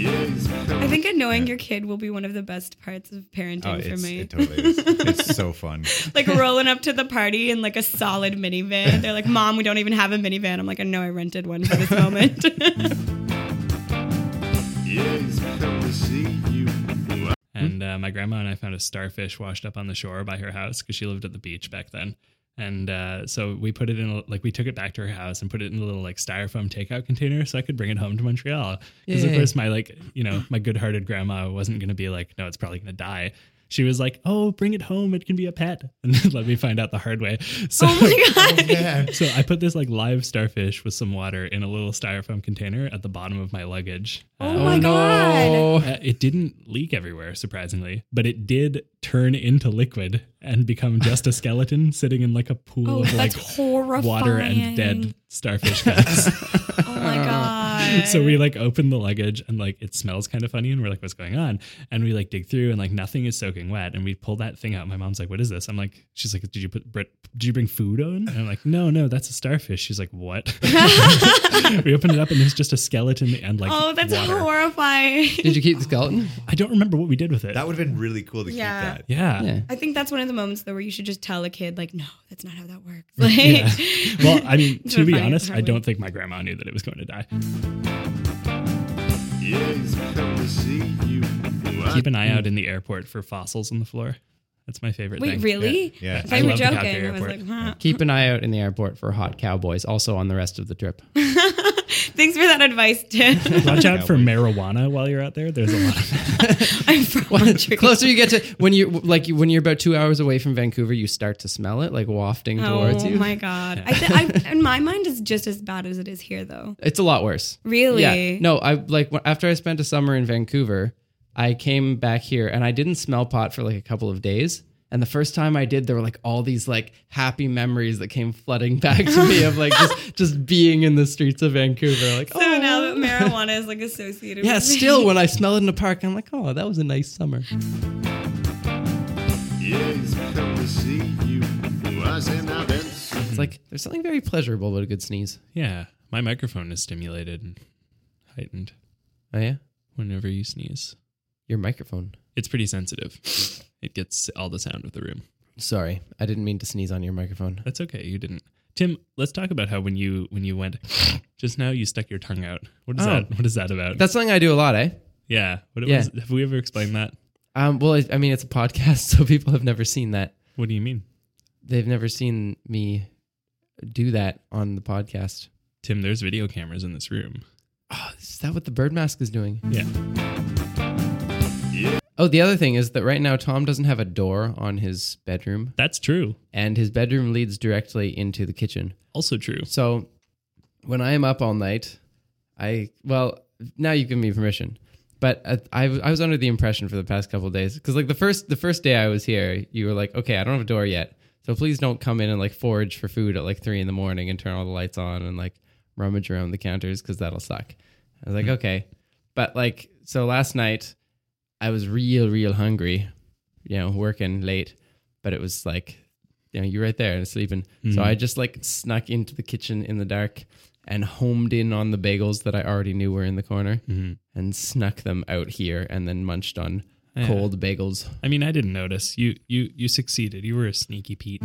Speaker 2: Yes,
Speaker 5: I think annoying your kid will be one of the best parts of parenting
Speaker 9: Oh,
Speaker 5: for
Speaker 9: it's,
Speaker 5: me.
Speaker 9: it totally is. It's
Speaker 5: *laughs*
Speaker 9: so fun.
Speaker 5: like rolling up to the party in like a solid minivan. They're like, "Mom, we don't even have a minivan." I'm like, "I know, I rented one for this moment." *laughs*
Speaker 2: yes, come to see you.
Speaker 5: Hmm?
Speaker 1: And uh, my grandma and I found a starfish washed up on the shore by her house because she lived at the beach back then. And uh, so we put it in, a, like, we took it back to her house and put it in a little, like, styrofoam takeout container so I could bring it home to Montreal. Because, of
Speaker 3: Yay.
Speaker 1: course, my, like, you know, my good hearted grandma wasn't going to be like, no, it's probably going to die. She was like, oh, bring it home. It can be a pet. *laughs* And then let me find out the hard way. So,
Speaker 5: oh
Speaker 1: *laughs*
Speaker 5: my god!
Speaker 1: so I put this, like, live starfish with some water in a little styrofoam container at the bottom of my luggage.
Speaker 5: Oh
Speaker 1: Uh,
Speaker 5: my god!
Speaker 3: no.
Speaker 1: uh, it didn't leak everywhere, surprisingly, but it did turn into liquid and become just a skeleton sitting in like a pool
Speaker 5: Oh,
Speaker 1: of like
Speaker 5: that's
Speaker 1: *laughs*
Speaker 5: horrifying. *laughs*
Speaker 1: water and dead starfish guts.
Speaker 5: Oh my god!
Speaker 1: so we like open the luggage and like it smells kind of funny and we're like what's going on and we like dig through and like nothing is soaking wet and we pull that thing out my mom's like what is this i'm like she's like did you put Brit, did you bring food on and i'm like no no that's a starfish she's like
Speaker 5: *laughs*
Speaker 1: what *laughs* we opened it up and there's just a skeleton and like
Speaker 5: oh, that's
Speaker 1: water. *laughs*
Speaker 5: horrifying.
Speaker 7: Did you keep the skeleton?
Speaker 1: i don't remember what we did with it
Speaker 9: That would have been really cool to
Speaker 5: Yeah.
Speaker 9: keep that.
Speaker 1: yeah.
Speaker 7: Yeah.
Speaker 5: I think that's one of the moments though where you should just tell a kid like, no, that's not how that works. Like,
Speaker 1: Yeah.
Speaker 5: *laughs*
Speaker 1: Well, I mean,
Speaker 5: It's
Speaker 1: to be
Speaker 5: horrifying, it's
Speaker 1: honest, I
Speaker 5: horrible.
Speaker 1: don't think my grandma knew that it was going to die.
Speaker 5: Mm.
Speaker 2: Yes, come to see you.
Speaker 1: Keep an eye out in the airport for fossils on the floor. That's my favorite
Speaker 5: wait,
Speaker 1: thing.
Speaker 5: really?
Speaker 9: Yeah.
Speaker 5: If
Speaker 1: I
Speaker 5: I, were
Speaker 1: love the Calgary
Speaker 5: joking, I was
Speaker 1: airport.
Speaker 5: like, huh.
Speaker 3: Keep an eye out in the airport for hot cowboys, also on the rest of the
Speaker 5: *laughs*
Speaker 3: trip.
Speaker 5: Thanks for that advice, Tim.
Speaker 1: *laughs*
Speaker 5: *laughs*
Speaker 1: Watch out for marijuana while you're out there. There's a lot of
Speaker 5: I'm from Montreal.
Speaker 3: Closer you get to when you like you- when you're about two hours away from Vancouver, you start to smell it like wafting towards
Speaker 5: Oh
Speaker 3: you.
Speaker 5: my god! I, th-
Speaker 3: *laughs*
Speaker 5: I in my mind is just as bad as it is here, though.
Speaker 3: It's a lot worse.
Speaker 5: Really?
Speaker 3: Yeah. No, I like when- after I spent a summer in Vancouver, I came back here and I didn't smell pot for like a couple of days. And the first time I did, there were like all these like happy memories that came flooding *laughs* back to me of like
Speaker 5: *laughs*
Speaker 3: just just being in the streets of Vancouver. Like,
Speaker 5: So
Speaker 3: oh
Speaker 5: now that marijuana is like associated. *laughs*
Speaker 3: yeah.
Speaker 5: with me.
Speaker 3: Still, when I smell it in the park, I'm like, oh, that was a nice summer.
Speaker 2: Yes, come to see you. Was in a Benson.
Speaker 5: Mm-hmm.
Speaker 3: It's like there's something very pleasurable about a good sneeze.
Speaker 1: yeah. My microphone is stimulated and heightened
Speaker 3: Oh yeah,
Speaker 1: whenever you sneeze.
Speaker 3: your microphone.
Speaker 1: It's pretty sensitive. It gets all the sound of the room.
Speaker 3: Sorry, I didn't mean to sneeze on your microphone.
Speaker 1: That's okay. You didn't. Tim, let's talk about how when you when you went just now you stuck your tongue out. What is
Speaker 3: Oh.
Speaker 1: that? What is that about?
Speaker 3: That's something I do a lot, eh?
Speaker 1: yeah. What
Speaker 3: Yeah.
Speaker 1: Was, have we ever explained that?
Speaker 3: Um, well, I, I mean, it's a podcast, *laughs* so people have never seen that.
Speaker 1: What do you mean?
Speaker 3: They've never seen me do that on the podcast.
Speaker 1: Tim, there's video cameras in this room.
Speaker 3: Oh, is that what the bird mask is doing?
Speaker 1: Yeah.
Speaker 3: Oh, the other thing is that right now Tom doesn't have a door on his bedroom,
Speaker 1: That's true.
Speaker 3: and his bedroom leads directly into the kitchen.
Speaker 1: Also true.
Speaker 3: So when I am up all night, I well now you've given me permission, but uh, I I was under the impression for the past couple of days because like the first the first day I was here, you were like, okay, I don't have a door yet, so please don't come in and like forage for food at like three in the morning and turn all the lights on and like rummage around the counters because that'll suck. I was like, okay, but like so last night I was real real hungry, you know, working late, but it was like you know, you're right there and sleeping. So I just like snuck into the kitchen in the dark and homed in on the bagels that I already knew were in the corner and snuck them out here and then munched on cold bagels.
Speaker 1: I mean, I didn't notice. You you you succeeded. You were a sneaky Pete.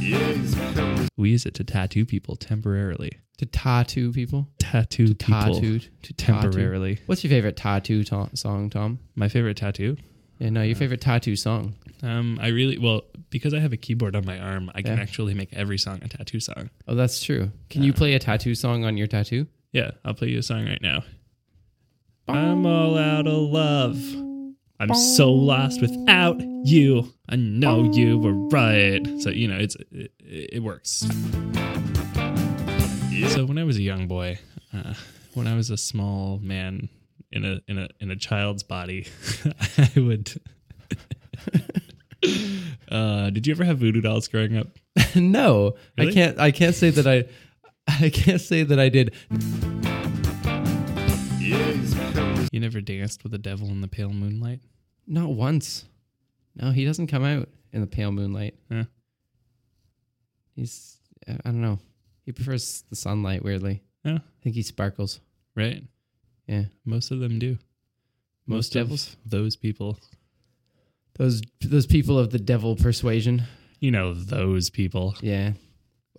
Speaker 2: Yes, come to
Speaker 1: We use it to tattoo people temporarily.
Speaker 3: To tattoo people.
Speaker 1: Tattoo people
Speaker 3: Tattoo. To tattoo.
Speaker 1: temporarily.
Speaker 3: What's your favorite tattoo to- song, Tom?
Speaker 1: My favorite tattoo.
Speaker 3: Yeah, no, your favorite tattoo song.
Speaker 1: Um, I really well because I have a keyboard on my arm. I can
Speaker 3: Yeah.
Speaker 1: actually make every song a tattoo song.
Speaker 3: Oh, that's true. Can you play a tattoo song on your tattoo?
Speaker 1: Yeah, I'll play you a song right now. I'm all out of love. I'm so lost without you. I know you were right. So you know it's it, it works. So when I was a young boy, uh, when I was a small man in a in a in a child's body, *laughs* I would. *laughs* uh, did you ever have voodoo dolls growing up?
Speaker 3: *laughs* no,
Speaker 1: Really?
Speaker 3: I can't. I can't say that I. *laughs* I can't say that I did.
Speaker 2: yes, come to
Speaker 1: You never danced with the devil in the pale moonlight.
Speaker 3: Not once. No, he doesn't come out in the pale moonlight.
Speaker 1: Yeah.
Speaker 3: He's I I don't know. He prefers the sunlight weirdly.
Speaker 1: Yeah.
Speaker 3: I think he sparkles.
Speaker 1: Right.
Speaker 3: Yeah.
Speaker 1: Most of them do.
Speaker 3: Most
Speaker 1: of
Speaker 3: devils?
Speaker 1: those people.
Speaker 3: Those those people of the devil persuasion.
Speaker 1: You know those people.
Speaker 3: Yeah.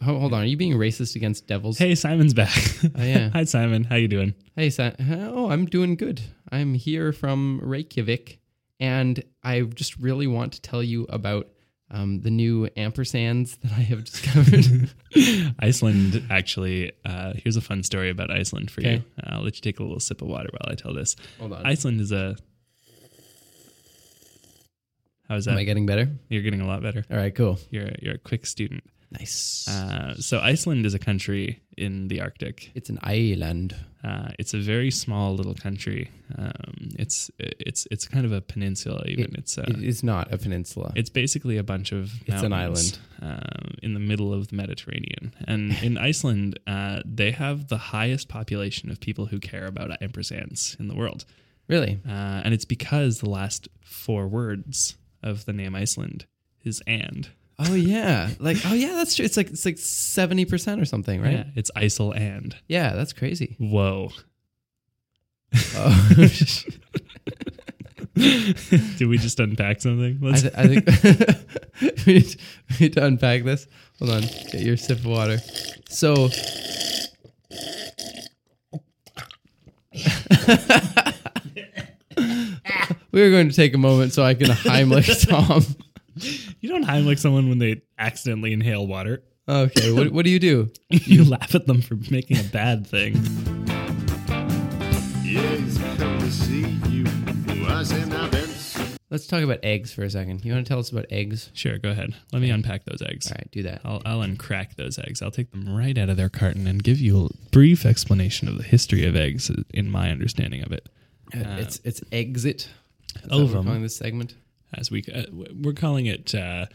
Speaker 3: Ho- Hold on, are you being racist against devils?
Speaker 1: Hey, Simon's back.
Speaker 3: Oh, yeah.
Speaker 1: *laughs* Hi, Simon. How you
Speaker 3: *laughs*
Speaker 1: doing?
Speaker 3: Hey, Sa- oh, I'm doing good. I'm here from Reykjavik, and I just really want to tell you about um, the new ampersands that I have *laughs* discovered.
Speaker 1: Iceland, actually, uh, here's a fun story about Iceland for you.
Speaker 3: Okay.
Speaker 1: Uh, I'll let you take a little sip of water while I tell this.
Speaker 3: Hold on.
Speaker 1: Iceland is a. How is that?
Speaker 3: Am I getting better? Oh
Speaker 1: You're getting a lot better.
Speaker 3: All right, cool.
Speaker 1: You're a, you're a quick student.
Speaker 3: Nice.
Speaker 1: Uh, so Iceland is a country in the Arctic.
Speaker 3: it's an island.
Speaker 1: Uh, it's a very small little country. Um, it's it's it's kind of a peninsula. Even it's uh,
Speaker 3: it is not a peninsula.
Speaker 1: It's basically a bunch of
Speaker 3: It's an
Speaker 1: mountains, um, in the middle of the Mediterranean, and
Speaker 3: *laughs*
Speaker 1: in Iceland, uh, they have the highest population of people who care about empress ants in the world,
Speaker 3: really?
Speaker 1: uh, and it's because the last four words of the name Iceland is "and."
Speaker 3: Oh yeah. Like oh yeah, that's true. It's like it's like seventy percent or something, right?
Speaker 1: Yeah,
Speaker 3: Yeah,
Speaker 1: it's Iceland and.
Speaker 3: that's crazy.
Speaker 1: Whoa.
Speaker 3: Oh.
Speaker 1: *laughs* Did we just unpack something?
Speaker 3: I,
Speaker 1: Let's,
Speaker 3: th- I think *laughs* we, need, we need to unpack this. Hold on, get your sip of water. So, *laughs* we were going to take a moment so I can *laughs* Heimlich Tom.
Speaker 1: *laughs* you don't Heimlich someone when they accidentally inhale water.
Speaker 3: Okay, what, what do you do?
Speaker 1: *laughs* You laugh at them for making a bad thing.
Speaker 2: Yes, come to see you. Was in our beds.
Speaker 3: Let's talk about eggs for a second. You want to tell us about eggs?
Speaker 1: *laughs* Sure, go ahead. Let me unpack those eggs.
Speaker 3: All right, do that.
Speaker 1: I'll, I'll uncrack those eggs. I'll take them right out of their carton and give you a brief explanation of the history of eggs in my understanding of it.
Speaker 3: it's it's exit. Is that what we're
Speaker 1: Ovum.
Speaker 3: calling this segment.
Speaker 1: As we uh, we're calling it, uh,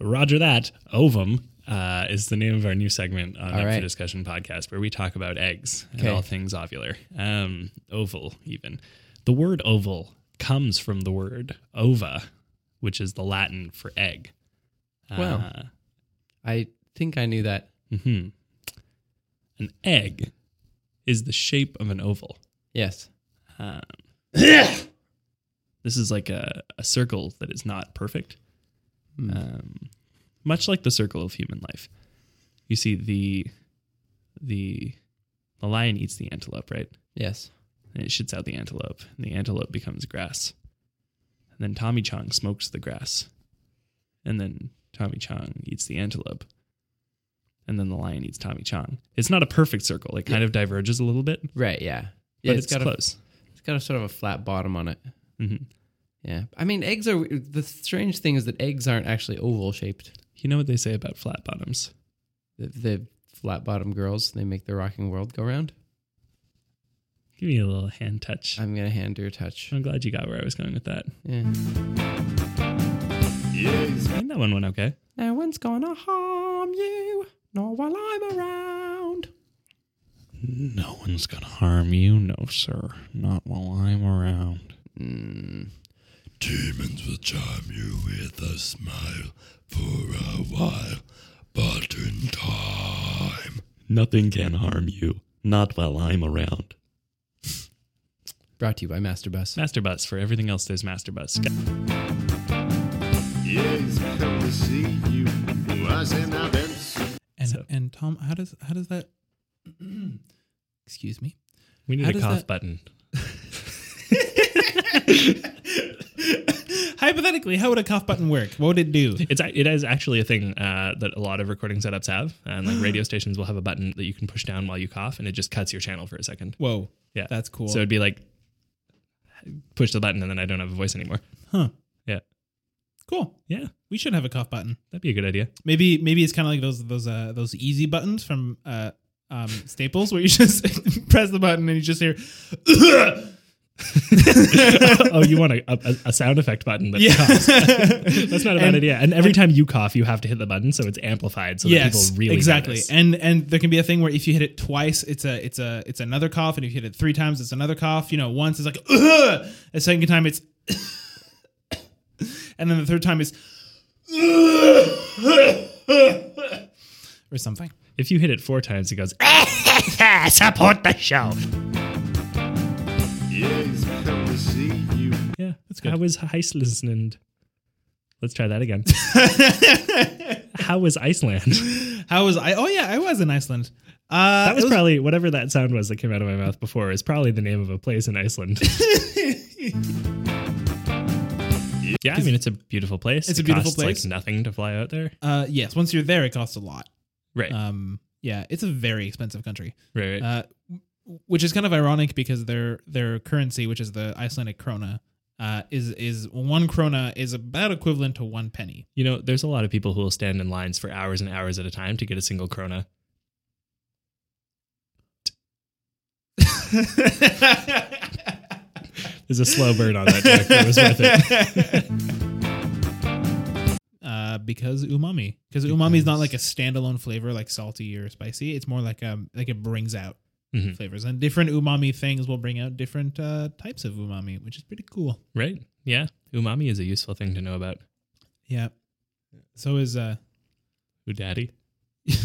Speaker 1: Roger that ovum uh, is the name of our new segment on
Speaker 3: All
Speaker 1: Up for
Speaker 3: right.
Speaker 1: Discussion podcast, where we talk about eggs
Speaker 3: Okay.
Speaker 1: and all things ovular, um, oval even. The word oval comes from the word ova, which is the Latin for egg. Uh,
Speaker 3: Wow. I think I knew that.
Speaker 1: hmm An egg is the shape of an oval.
Speaker 3: Yes.
Speaker 1: Um, this is like a, a circle that is not perfect, um, much like the circle of human life. You see the the the lion eats the antelope, right?
Speaker 3: Yes.
Speaker 1: And it shits out the antelope, and the antelope becomes grass. And then Tommy Chong smokes the grass, and then Tommy Chong eats the antelope, and then the lion eats Tommy Chong. It's not a perfect circle; it kind of diverges a little bit, but
Speaker 3: Right. Yeah. Yeah.
Speaker 1: it's,
Speaker 3: got a
Speaker 1: close.
Speaker 3: It's got a sort of a flat bottom on it.
Speaker 1: Mhm.
Speaker 3: Yeah. I mean, eggs are the strange thing is that eggs aren't actually oval shaped.
Speaker 1: You know what they say about flat bottoms?
Speaker 3: The, the flat bottom girls, they make the rocking world go round.
Speaker 1: Give me a little hand touch.
Speaker 3: I'm going to hand her a touch.
Speaker 1: I'm glad you got where I was going with that.
Speaker 3: Yeah.
Speaker 2: Yes,
Speaker 1: I think that one went okay.
Speaker 3: No one's going to harm you, nor while I'm around.
Speaker 1: No one's gonna harm you, no sir. Not while I'm around.
Speaker 2: demons will charm you with a smile for a while, but in time.
Speaker 1: Nothing can harm you. Not while I'm around.
Speaker 3: Brought to you by Master Bus.
Speaker 1: Master Bus. For everything else, there's Master Bus.
Speaker 4: Mm.
Speaker 2: Yes, come to see you. Was in our beds.
Speaker 4: And
Speaker 1: So-
Speaker 4: and Tom, how does how does that? excuse me.
Speaker 1: We need
Speaker 4: How
Speaker 1: a
Speaker 4: does
Speaker 1: cough
Speaker 4: that-
Speaker 1: button.
Speaker 4: Hypothetically, how would a cough button work? What would
Speaker 1: *laughs*
Speaker 4: it do?
Speaker 1: It's a- it is actually a thing uh, that a lot of recording setups have, and
Speaker 4: *gasps*
Speaker 1: like radio stations will have a button that you can push down while you cough, and it just cuts your channel for a second.
Speaker 4: Whoa,
Speaker 1: Yeah,
Speaker 4: that's cool.
Speaker 1: So it'd be like push the button, and then I don't have a voice anymore.
Speaker 4: huh?
Speaker 1: Yeah,
Speaker 4: Cool.
Speaker 1: yeah,
Speaker 4: We should have a cough button.
Speaker 1: that'd be a good idea.
Speaker 4: Maybe maybe it's kind of like those those uh those easy buttons from uh um Staples where you *laughs* just press the button and you just hear. *coughs*
Speaker 1: oh, you want a, a, a sound effect button that coughs. *laughs* That's not a bad
Speaker 4: And-
Speaker 1: idea. And every time you cough, you have to hit the button, so it's amplified, so that people really
Speaker 4: exactly.
Speaker 1: notice.
Speaker 4: And and there can be a thing where if you hit it twice, it's a it's a it's another cough, and if you hit it three times, it's another cough. You know, once it's like *coughs* Ugh! a second time it's, *coughs* and then the third time it's, *coughs* or something.
Speaker 1: if you hit it four times, it goes. *laughs* Support the show.
Speaker 2: Yes, come to see you.
Speaker 1: Yeah, that's good. How is Iceland? Let's try that
Speaker 4: *laughs*
Speaker 1: again. How is Iceland?
Speaker 4: How was I? Oh yeah, I was in Iceland. Uh,
Speaker 1: That was,
Speaker 4: it
Speaker 1: probably whatever that sound was that came out of my mouth before is probably the name of a place in
Speaker 4: *laughs*
Speaker 1: Iceland. yeah, I mean it's a beautiful place.
Speaker 4: It's a
Speaker 1: It
Speaker 4: beautiful
Speaker 1: costs,
Speaker 4: place.
Speaker 1: Like nothing to fly out there.
Speaker 4: uh, yes. Once you're there, it costs a lot.
Speaker 1: Right.
Speaker 4: Um, yeah, it's a very expensive country.
Speaker 1: right. Right.
Speaker 4: uh, which is kind of ironic because their their currency, which is the Icelandic krona, uh, is is one krona is about equivalent to one penny.
Speaker 1: You know, there's a lot of people who will stand in lines for hours and hours at a time to get a single krona. There's a slow burn on that joke. but It was worth it.
Speaker 4: Uh, because umami, because umami is not like a standalone flavor like salty or spicy. It's more like um like it brings out
Speaker 1: Mhm.
Speaker 4: flavors and different umami things will bring out different uh, types of umami, which is pretty cool.
Speaker 1: Right? Yeah. Umami is a useful thing to know about.
Speaker 4: Yeah. So is uh
Speaker 1: Udaddy. *laughs*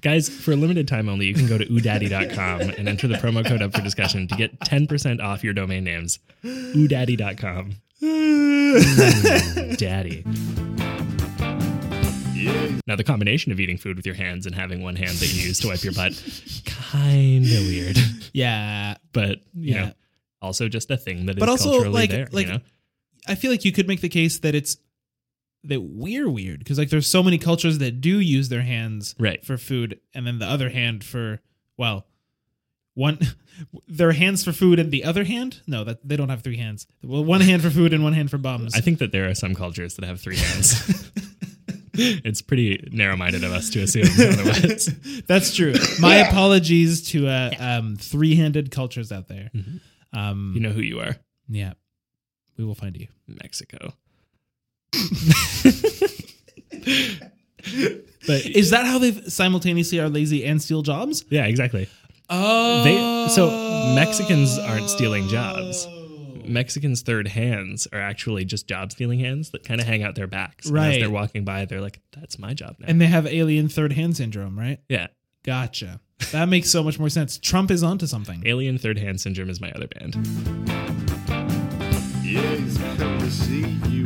Speaker 1: Guys, for a limited time only, you can go to udaddy.com and enter the promo code up for discussion to get 10% off your domain names. udaddy.com. Mm, Daddy. Now, the combination of eating food with your hands and having one hand that you use to wipe your butt, kind of weird,
Speaker 4: yeah.
Speaker 1: but you
Speaker 4: Yeah.
Speaker 1: know, also just a thing that is
Speaker 4: But also,
Speaker 1: culturally
Speaker 4: like-
Speaker 1: there.
Speaker 4: like-
Speaker 1: you know?
Speaker 4: I feel like you could make the case that it's that we're weird because like there's so many cultures that do use their hands
Speaker 1: Right.
Speaker 4: for food and then the other hand for well one *laughs* their hands for food and the other hand no that they don't have three hands well one hand for food and one hand for bombs
Speaker 1: I think that there are some cultures that have three
Speaker 4: *laughs*
Speaker 1: hands. *laughs* it's pretty narrow-minded of us to assume *laughs*
Speaker 4: *laughs*
Speaker 1: otherwise.
Speaker 4: That's true. My apologies to uh, um, three-handed cultures out there. Um,
Speaker 1: You know who you are.
Speaker 4: yeah, we will find you.
Speaker 1: Mexico.
Speaker 4: But
Speaker 1: *laughs*
Speaker 4: is that how they simultaneously are lazy and steal jobs?
Speaker 1: Yeah, exactly.
Speaker 4: Oh,
Speaker 1: They so Mexicans aren't stealing jobs.
Speaker 4: Oh.
Speaker 1: Mexicans' third hands are actually just job stealing hands that kind of hang out their backs. And as
Speaker 4: Right.
Speaker 1: they're walking by, they're like, "That's my job now."
Speaker 4: and they have alien third hand syndrome, right?
Speaker 1: yeah,
Speaker 4: Gotcha. That makes so much more sense. Trump is onto something.
Speaker 1: alien third hand syndrome is my other band.
Speaker 2: Yes, come to see you.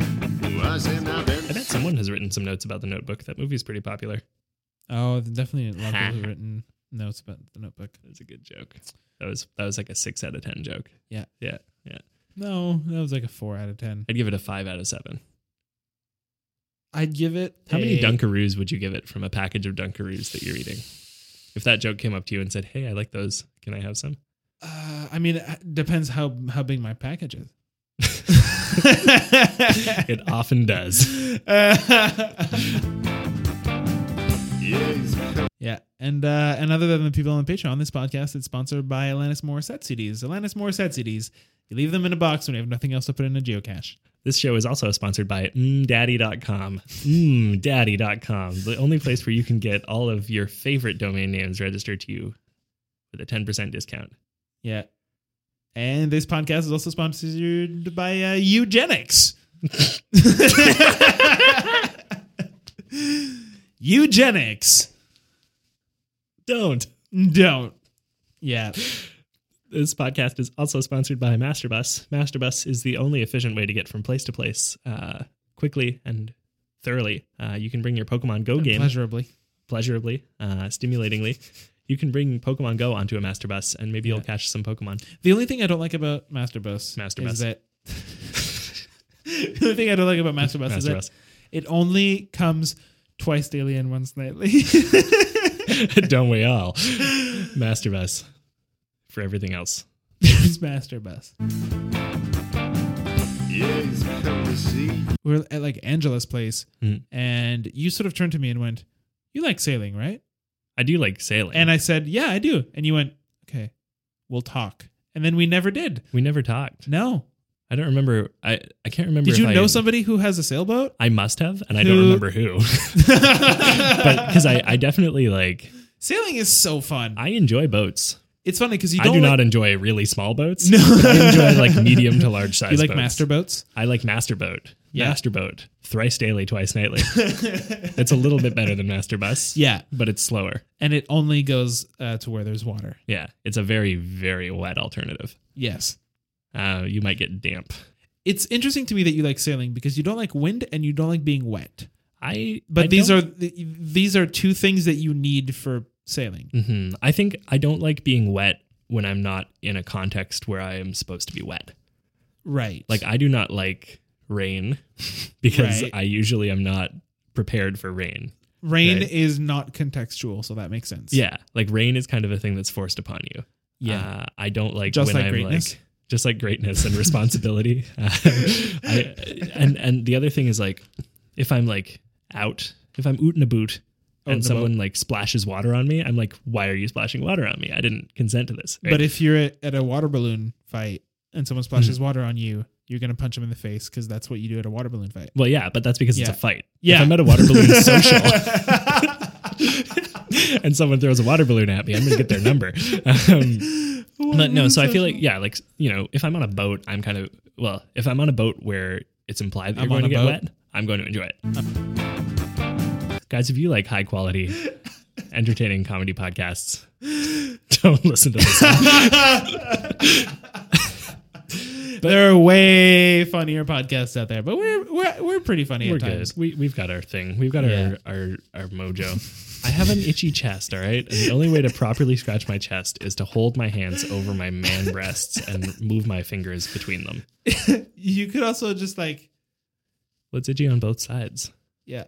Speaker 2: Was in a
Speaker 1: I bet
Speaker 2: Benz.
Speaker 1: someone has written some notes about the Notebook. That movie's pretty popular.
Speaker 4: *laughs* Oh, there's definitely a lot of
Speaker 1: *laughs*
Speaker 4: people who've written notes about the Notebook.
Speaker 1: That's a good joke. That was that was like a six out of ten joke.
Speaker 4: Yeah.
Speaker 1: yeah, yeah.
Speaker 4: No, that was like a four out of ten.
Speaker 1: I'd give it a five out of seven.
Speaker 4: I'd give it.
Speaker 1: How many
Speaker 4: a-
Speaker 1: Dunkaroos would you give it from a package of Dunkaroos that you're eating? If that joke came up to you and said, "Hey, I like those. Can I have some?"
Speaker 4: Uh, I mean, it depends how how big my package is.
Speaker 1: *laughs*
Speaker 4: *laughs*
Speaker 1: It often does.
Speaker 2: Yes, come
Speaker 4: *laughs* yeah, and uh, and other than the people on Patreon, this podcast is sponsored by Alanis Morissette CDs. Alanis Morissette CDs. You leave them in a box when you have nothing else to put in a geocache.
Speaker 1: This show is also sponsored by mdaddy.com. Mdaddy.com, the only place where you can get all of your favorite domain names registered to you with a 10% discount.
Speaker 4: Yeah. And this podcast is also sponsored by uh, Eugenics. *laughs* Eugenics.
Speaker 1: Don't.
Speaker 4: Don't. Yeah.
Speaker 1: This podcast is also sponsored by Masterbus. Masterbus is the only efficient way to get from place to place uh, quickly and thoroughly. Uh, you can bring your Pokemon Go game
Speaker 4: Pleasurably.
Speaker 1: pleasurably, uh, stimulatingly. You can bring Pokemon Go onto a Masterbus and maybe you'll catch some
Speaker 4: *laughs*
Speaker 1: Pokemon.
Speaker 4: The only thing I don't like about Masterbus,
Speaker 1: Masterbus.
Speaker 4: is that *laughs* the only thing I don't like about Masterbus, is
Speaker 1: Masterbus.
Speaker 4: that it only comes twice daily and once nightly. *laughs*
Speaker 1: *laughs* Don't we all? Masterbus for everything else.
Speaker 4: it's Masterbus.
Speaker 2: yes, come to see
Speaker 4: We were at like Angela's place,
Speaker 1: Mm.
Speaker 4: and you sort of turned to me and went, "You like sailing, right?"
Speaker 1: I do like sailing.
Speaker 4: And I said, "Yeah, I do." And you went, "Okay, we'll talk." And then we never did.
Speaker 1: we never talked.
Speaker 4: No.
Speaker 1: I don't remember. I, I can't remember.
Speaker 4: Did
Speaker 1: if
Speaker 4: you
Speaker 1: I-
Speaker 4: know somebody who has a sailboat?
Speaker 1: I must have, and I don't
Speaker 4: Who-
Speaker 1: remember who. *laughs* but because I, I definitely like,
Speaker 4: *laughs* Sailing is so fun.
Speaker 1: I enjoy boats.
Speaker 4: It's funny because you
Speaker 1: I do
Speaker 4: don't like,
Speaker 1: not
Speaker 4: *laughs*
Speaker 1: enjoy really small boats. No. I enjoy like medium to large size
Speaker 4: you like
Speaker 1: boats.
Speaker 4: master boats.
Speaker 1: I like master boat.
Speaker 4: Yeah.
Speaker 1: Master boat. Thrice daily, twice nightly.
Speaker 4: *laughs*
Speaker 1: it's a little bit better than master bus.
Speaker 4: Yeah,
Speaker 1: But it's slower.
Speaker 4: and it only goes uh, to where there's water.
Speaker 1: Yeah. It's a very, very wet alternative.
Speaker 4: Yes.
Speaker 1: Uh, you might get damp.
Speaker 4: It's interesting to me that you like sailing because you don't like wind and you don't like being wet.
Speaker 1: I
Speaker 4: But
Speaker 1: I
Speaker 4: these
Speaker 1: don't-
Speaker 4: are th- these are two things that you need for sailing.
Speaker 1: Mhm. I think I don't like being wet when I'm not in a context where I am supposed to be wet.
Speaker 4: Right.
Speaker 1: Like I do not like rain *laughs* because
Speaker 4: Right.
Speaker 1: I usually am not prepared for rain.
Speaker 4: rain
Speaker 1: right.
Speaker 4: is not contextual, so that makes sense.
Speaker 1: Yeah, like rain is kind of a thing that's forced upon you.
Speaker 4: Yeah.
Speaker 1: Uh, I don't like
Speaker 4: Just
Speaker 1: when
Speaker 4: like
Speaker 1: I'm
Speaker 4: greatness?
Speaker 1: like just like greatness and
Speaker 4: *laughs*
Speaker 1: responsibility. *laughs* Um, I, and and the other thing is like if I'm like out, if I'm out in a boot and
Speaker 4: in a
Speaker 1: someone like splashes water on me, I'm like, why are you splashing water on me? I didn't consent to this. right?
Speaker 4: But if you're at, at a water balloon fight and someone splashes
Speaker 1: Mm-hmm.
Speaker 4: water on you, you're gonna punch them in the face because that's what you do at a water balloon fight.
Speaker 1: *laughs* well, yeah, but that's because
Speaker 4: Yeah.
Speaker 1: it's a fight.
Speaker 4: Yeah.
Speaker 1: if I'm at a water balloon
Speaker 4: *laughs*
Speaker 1: social. *laughs* and someone throws a water balloon at me, I'm gonna get their number. Um, but no, so I feel like yeah, like you know, if I'm on a boat, I'm kind of well, if I'm on a boat where it's implied that
Speaker 4: I'm
Speaker 1: you're going
Speaker 4: on
Speaker 1: to
Speaker 4: a
Speaker 1: get
Speaker 4: boat.
Speaker 1: wet, I'm going to enjoy it. Guys, if you like high
Speaker 4: *laughs*
Speaker 1: quality, entertaining comedy podcasts, *laughs* don't listen to this. one.
Speaker 4: there are way funnier podcasts out there, but we're we're, we're pretty funny
Speaker 1: We're
Speaker 4: at times.
Speaker 1: good. We we've got our thing. We've got
Speaker 4: Yeah.
Speaker 1: our, our our
Speaker 4: *laughs*
Speaker 1: mojo. I have an itchy chest, all right? And the only way to properly scratch my chest is to hold my hands over my man breasts and move my fingers between them.
Speaker 4: You could also just like
Speaker 1: Let's itchy on both sides.
Speaker 4: yeah.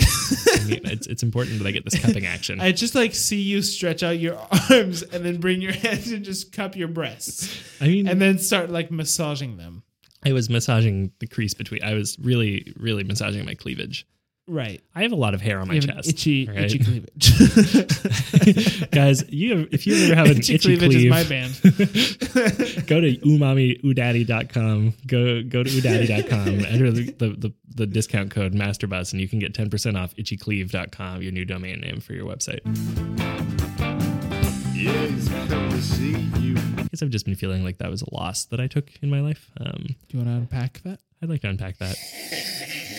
Speaker 1: I mean, it's, it's important that I get this cupping action.
Speaker 4: I just like see you stretch out your *laughs* arms and then bring your *laughs* hands and just cup your breasts
Speaker 1: I mean,
Speaker 4: and then start like massaging them.
Speaker 1: I was massaging the crease between. I was really, really massaging my cleavage.
Speaker 4: Right.
Speaker 1: I have a lot of hair on my
Speaker 4: You have an
Speaker 1: chest.
Speaker 4: itchy,
Speaker 1: all
Speaker 4: itchy cleavage.
Speaker 1: *laughs*
Speaker 4: *laughs*
Speaker 1: Guys, you have, if you ever have an itchy,
Speaker 4: cleavage
Speaker 1: cleave,
Speaker 4: is my band. *laughs*
Speaker 1: go to umamiudaddy.com. Go go to
Speaker 4: *laughs*
Speaker 1: udaddy.com. Enter the, the, the, the discount code masterbus and you can get 10% off itchycleave.com, your new domain name for your website.
Speaker 2: Yes, come to see you.
Speaker 1: I guess I've just been feeling like that was a loss that I took in my life. Um,
Speaker 4: Do you want to unpack that?
Speaker 1: I'd like to unpack that.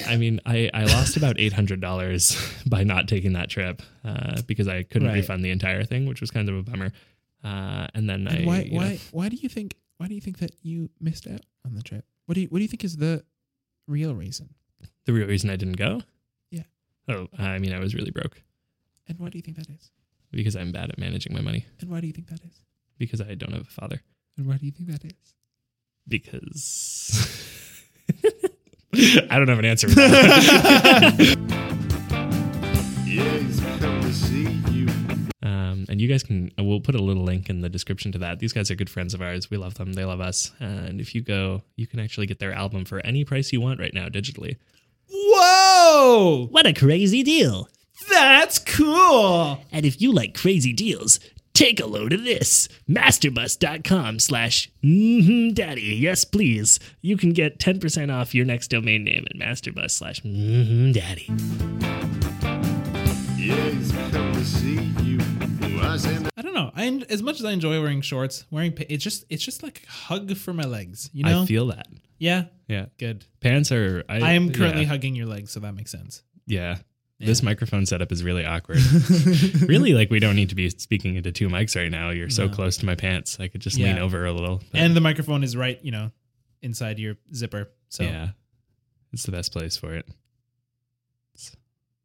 Speaker 1: I mean, I, I lost about eight hundred dollars *laughs* by not taking that trip uh, because I couldn't
Speaker 4: Right.
Speaker 1: refund the entire thing, which was kind of a bummer. Uh, and then I
Speaker 4: And why
Speaker 1: you know,
Speaker 4: why why do you think why do you think that you missed out on the trip? What do you what do you think is the real reason?
Speaker 1: the real reason I didn't go.
Speaker 4: Yeah.
Speaker 1: Oh, I mean, I was really broke
Speaker 4: And why do you think that is?
Speaker 1: because I'm bad at managing my money
Speaker 4: And why do you think that is?
Speaker 1: because I don't have a father
Speaker 4: And why do you think that is?
Speaker 1: because. *laughs* I don't have an answer for
Speaker 4: *laughs*
Speaker 1: that.
Speaker 2: Yes, come to see you.
Speaker 1: um, and you guys can, we'll put a little link in the description to that. These guys are good friends of ours. We love them. They love us. And if you go, you can actually get their album for any price you want right now digitally.
Speaker 4: Whoa!
Speaker 1: What a crazy deal!
Speaker 4: That's cool.
Speaker 1: And if you like crazy deals, take a load of this. Masterbus.com slash mhm daddy. Yes, please. You can get 10% off your next domain name at masterbus slash mhm daddy.
Speaker 2: Yes, come to see you. Was in
Speaker 4: I don't know. I en- as much as I enjoy wearing shorts, wearing pa- it's just it's just like a hug for my legs. You know?
Speaker 1: I feel that.
Speaker 4: yeah.
Speaker 1: Yeah.
Speaker 4: Good.
Speaker 1: Pants are. I,
Speaker 4: I am currently
Speaker 1: yeah.
Speaker 4: hugging your legs, so that makes sense.
Speaker 1: Yeah. This microphone setup is really
Speaker 4: *laughs*
Speaker 1: awkward. really, like we don't need to be speaking into two mics right now. You're so close to my pants. I could just lean
Speaker 4: Yeah.
Speaker 1: over a little. but
Speaker 4: And the microphone is right, you know, inside your zipper. So
Speaker 1: yeah, it's the best place for it. It's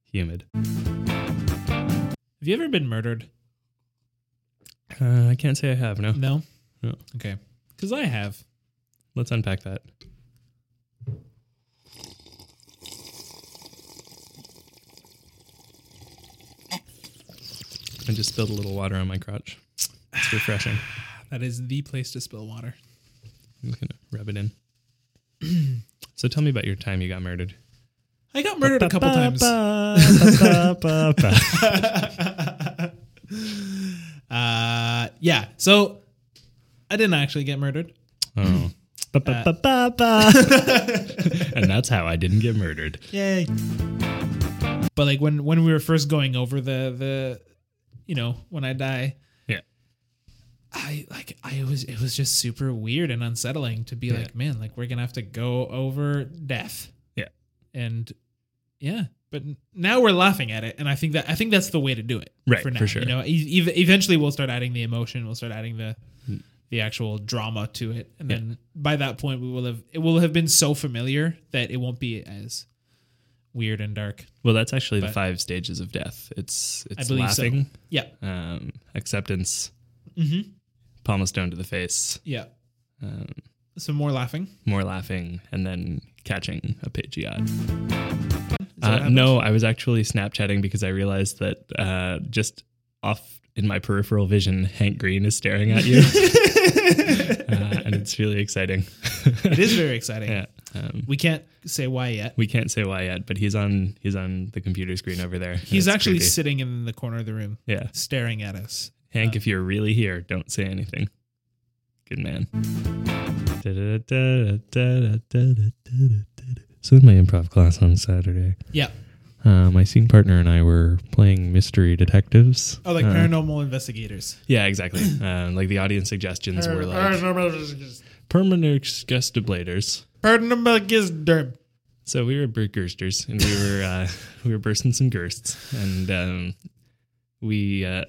Speaker 1: humid.
Speaker 4: have you ever been murdered?
Speaker 1: Uh, I can't say I have. No.
Speaker 4: No.
Speaker 1: No.
Speaker 4: Okay. Because I have.
Speaker 1: Let's unpack that. I just spilled a little water on my crotch. It's refreshing.
Speaker 4: That is the place to spill water.
Speaker 1: I'm just gonna rub it in. *clears throat* so tell me about your time you got murdered.
Speaker 4: I got murdered a couple times.
Speaker 1: *laughs* times.
Speaker 4: Uh, yeah. So I didn't actually get murdered.
Speaker 1: oh. *laughs* and that's how I didn't get murdered.
Speaker 4: Yay. But like when when we were first going over the the you know, when I die,
Speaker 1: Yeah.
Speaker 4: I like I was it was just super weird and unsettling to be like, man, like we're going to have to go over death.
Speaker 1: Yeah.
Speaker 4: And yeah, but now we're laughing at it and I think that I think that's the way to do it
Speaker 1: Right,
Speaker 4: for now.
Speaker 1: for sure.
Speaker 4: You know, e- ev- eventually we'll start adding the emotion, we'll start adding the the actual drama to it and
Speaker 1: Hmm. Yeah.
Speaker 4: then by that point we will have it will have been so familiar that it won't be as weird and dark
Speaker 1: Well, that's actually the
Speaker 4: But-
Speaker 1: five stages of death. It's it's
Speaker 4: i believe
Speaker 1: laughing,
Speaker 4: so yeah
Speaker 1: um, acceptance,
Speaker 4: Mhm.
Speaker 1: palm a stone to the face,
Speaker 4: yeah
Speaker 1: um,
Speaker 4: some more
Speaker 1: *laughs*
Speaker 4: laughing
Speaker 1: more laughing, and then catching a Pidgeot.
Speaker 4: Is that what
Speaker 1: Uh,
Speaker 4: happens?
Speaker 1: no, I was actually Snapchatting because I realized that uh, just
Speaker 4: *laughs*
Speaker 1: off in my peripheral vision, Hank Green is staring at you. uh, and It's really exciting.
Speaker 4: It is very exciting.
Speaker 1: *laughs* Yeah. Um,
Speaker 4: We can't say why yet.
Speaker 1: we can't say why yet, but he's on he's on the computer screen over there.
Speaker 4: He's
Speaker 1: It's
Speaker 4: actually
Speaker 1: creepy.
Speaker 4: sitting in the corner of the room,
Speaker 1: yeah.
Speaker 4: staring at us.
Speaker 1: Hank, if you're really here, don't say anything. Good man. So in my improv class on Saturday,
Speaker 4: Yeah.
Speaker 1: uh, my scene partner and I were playing mystery detectives.
Speaker 4: Oh, like
Speaker 1: Uh,
Speaker 4: paranormal investigators.
Speaker 1: Yeah, exactly. uh, like the audience suggestions were like permanent gestiblators.
Speaker 4: Paranormal gizderb.
Speaker 1: So we were Burgersters and we were uh, *laughs* we were bursting some gersts, and um, we uh,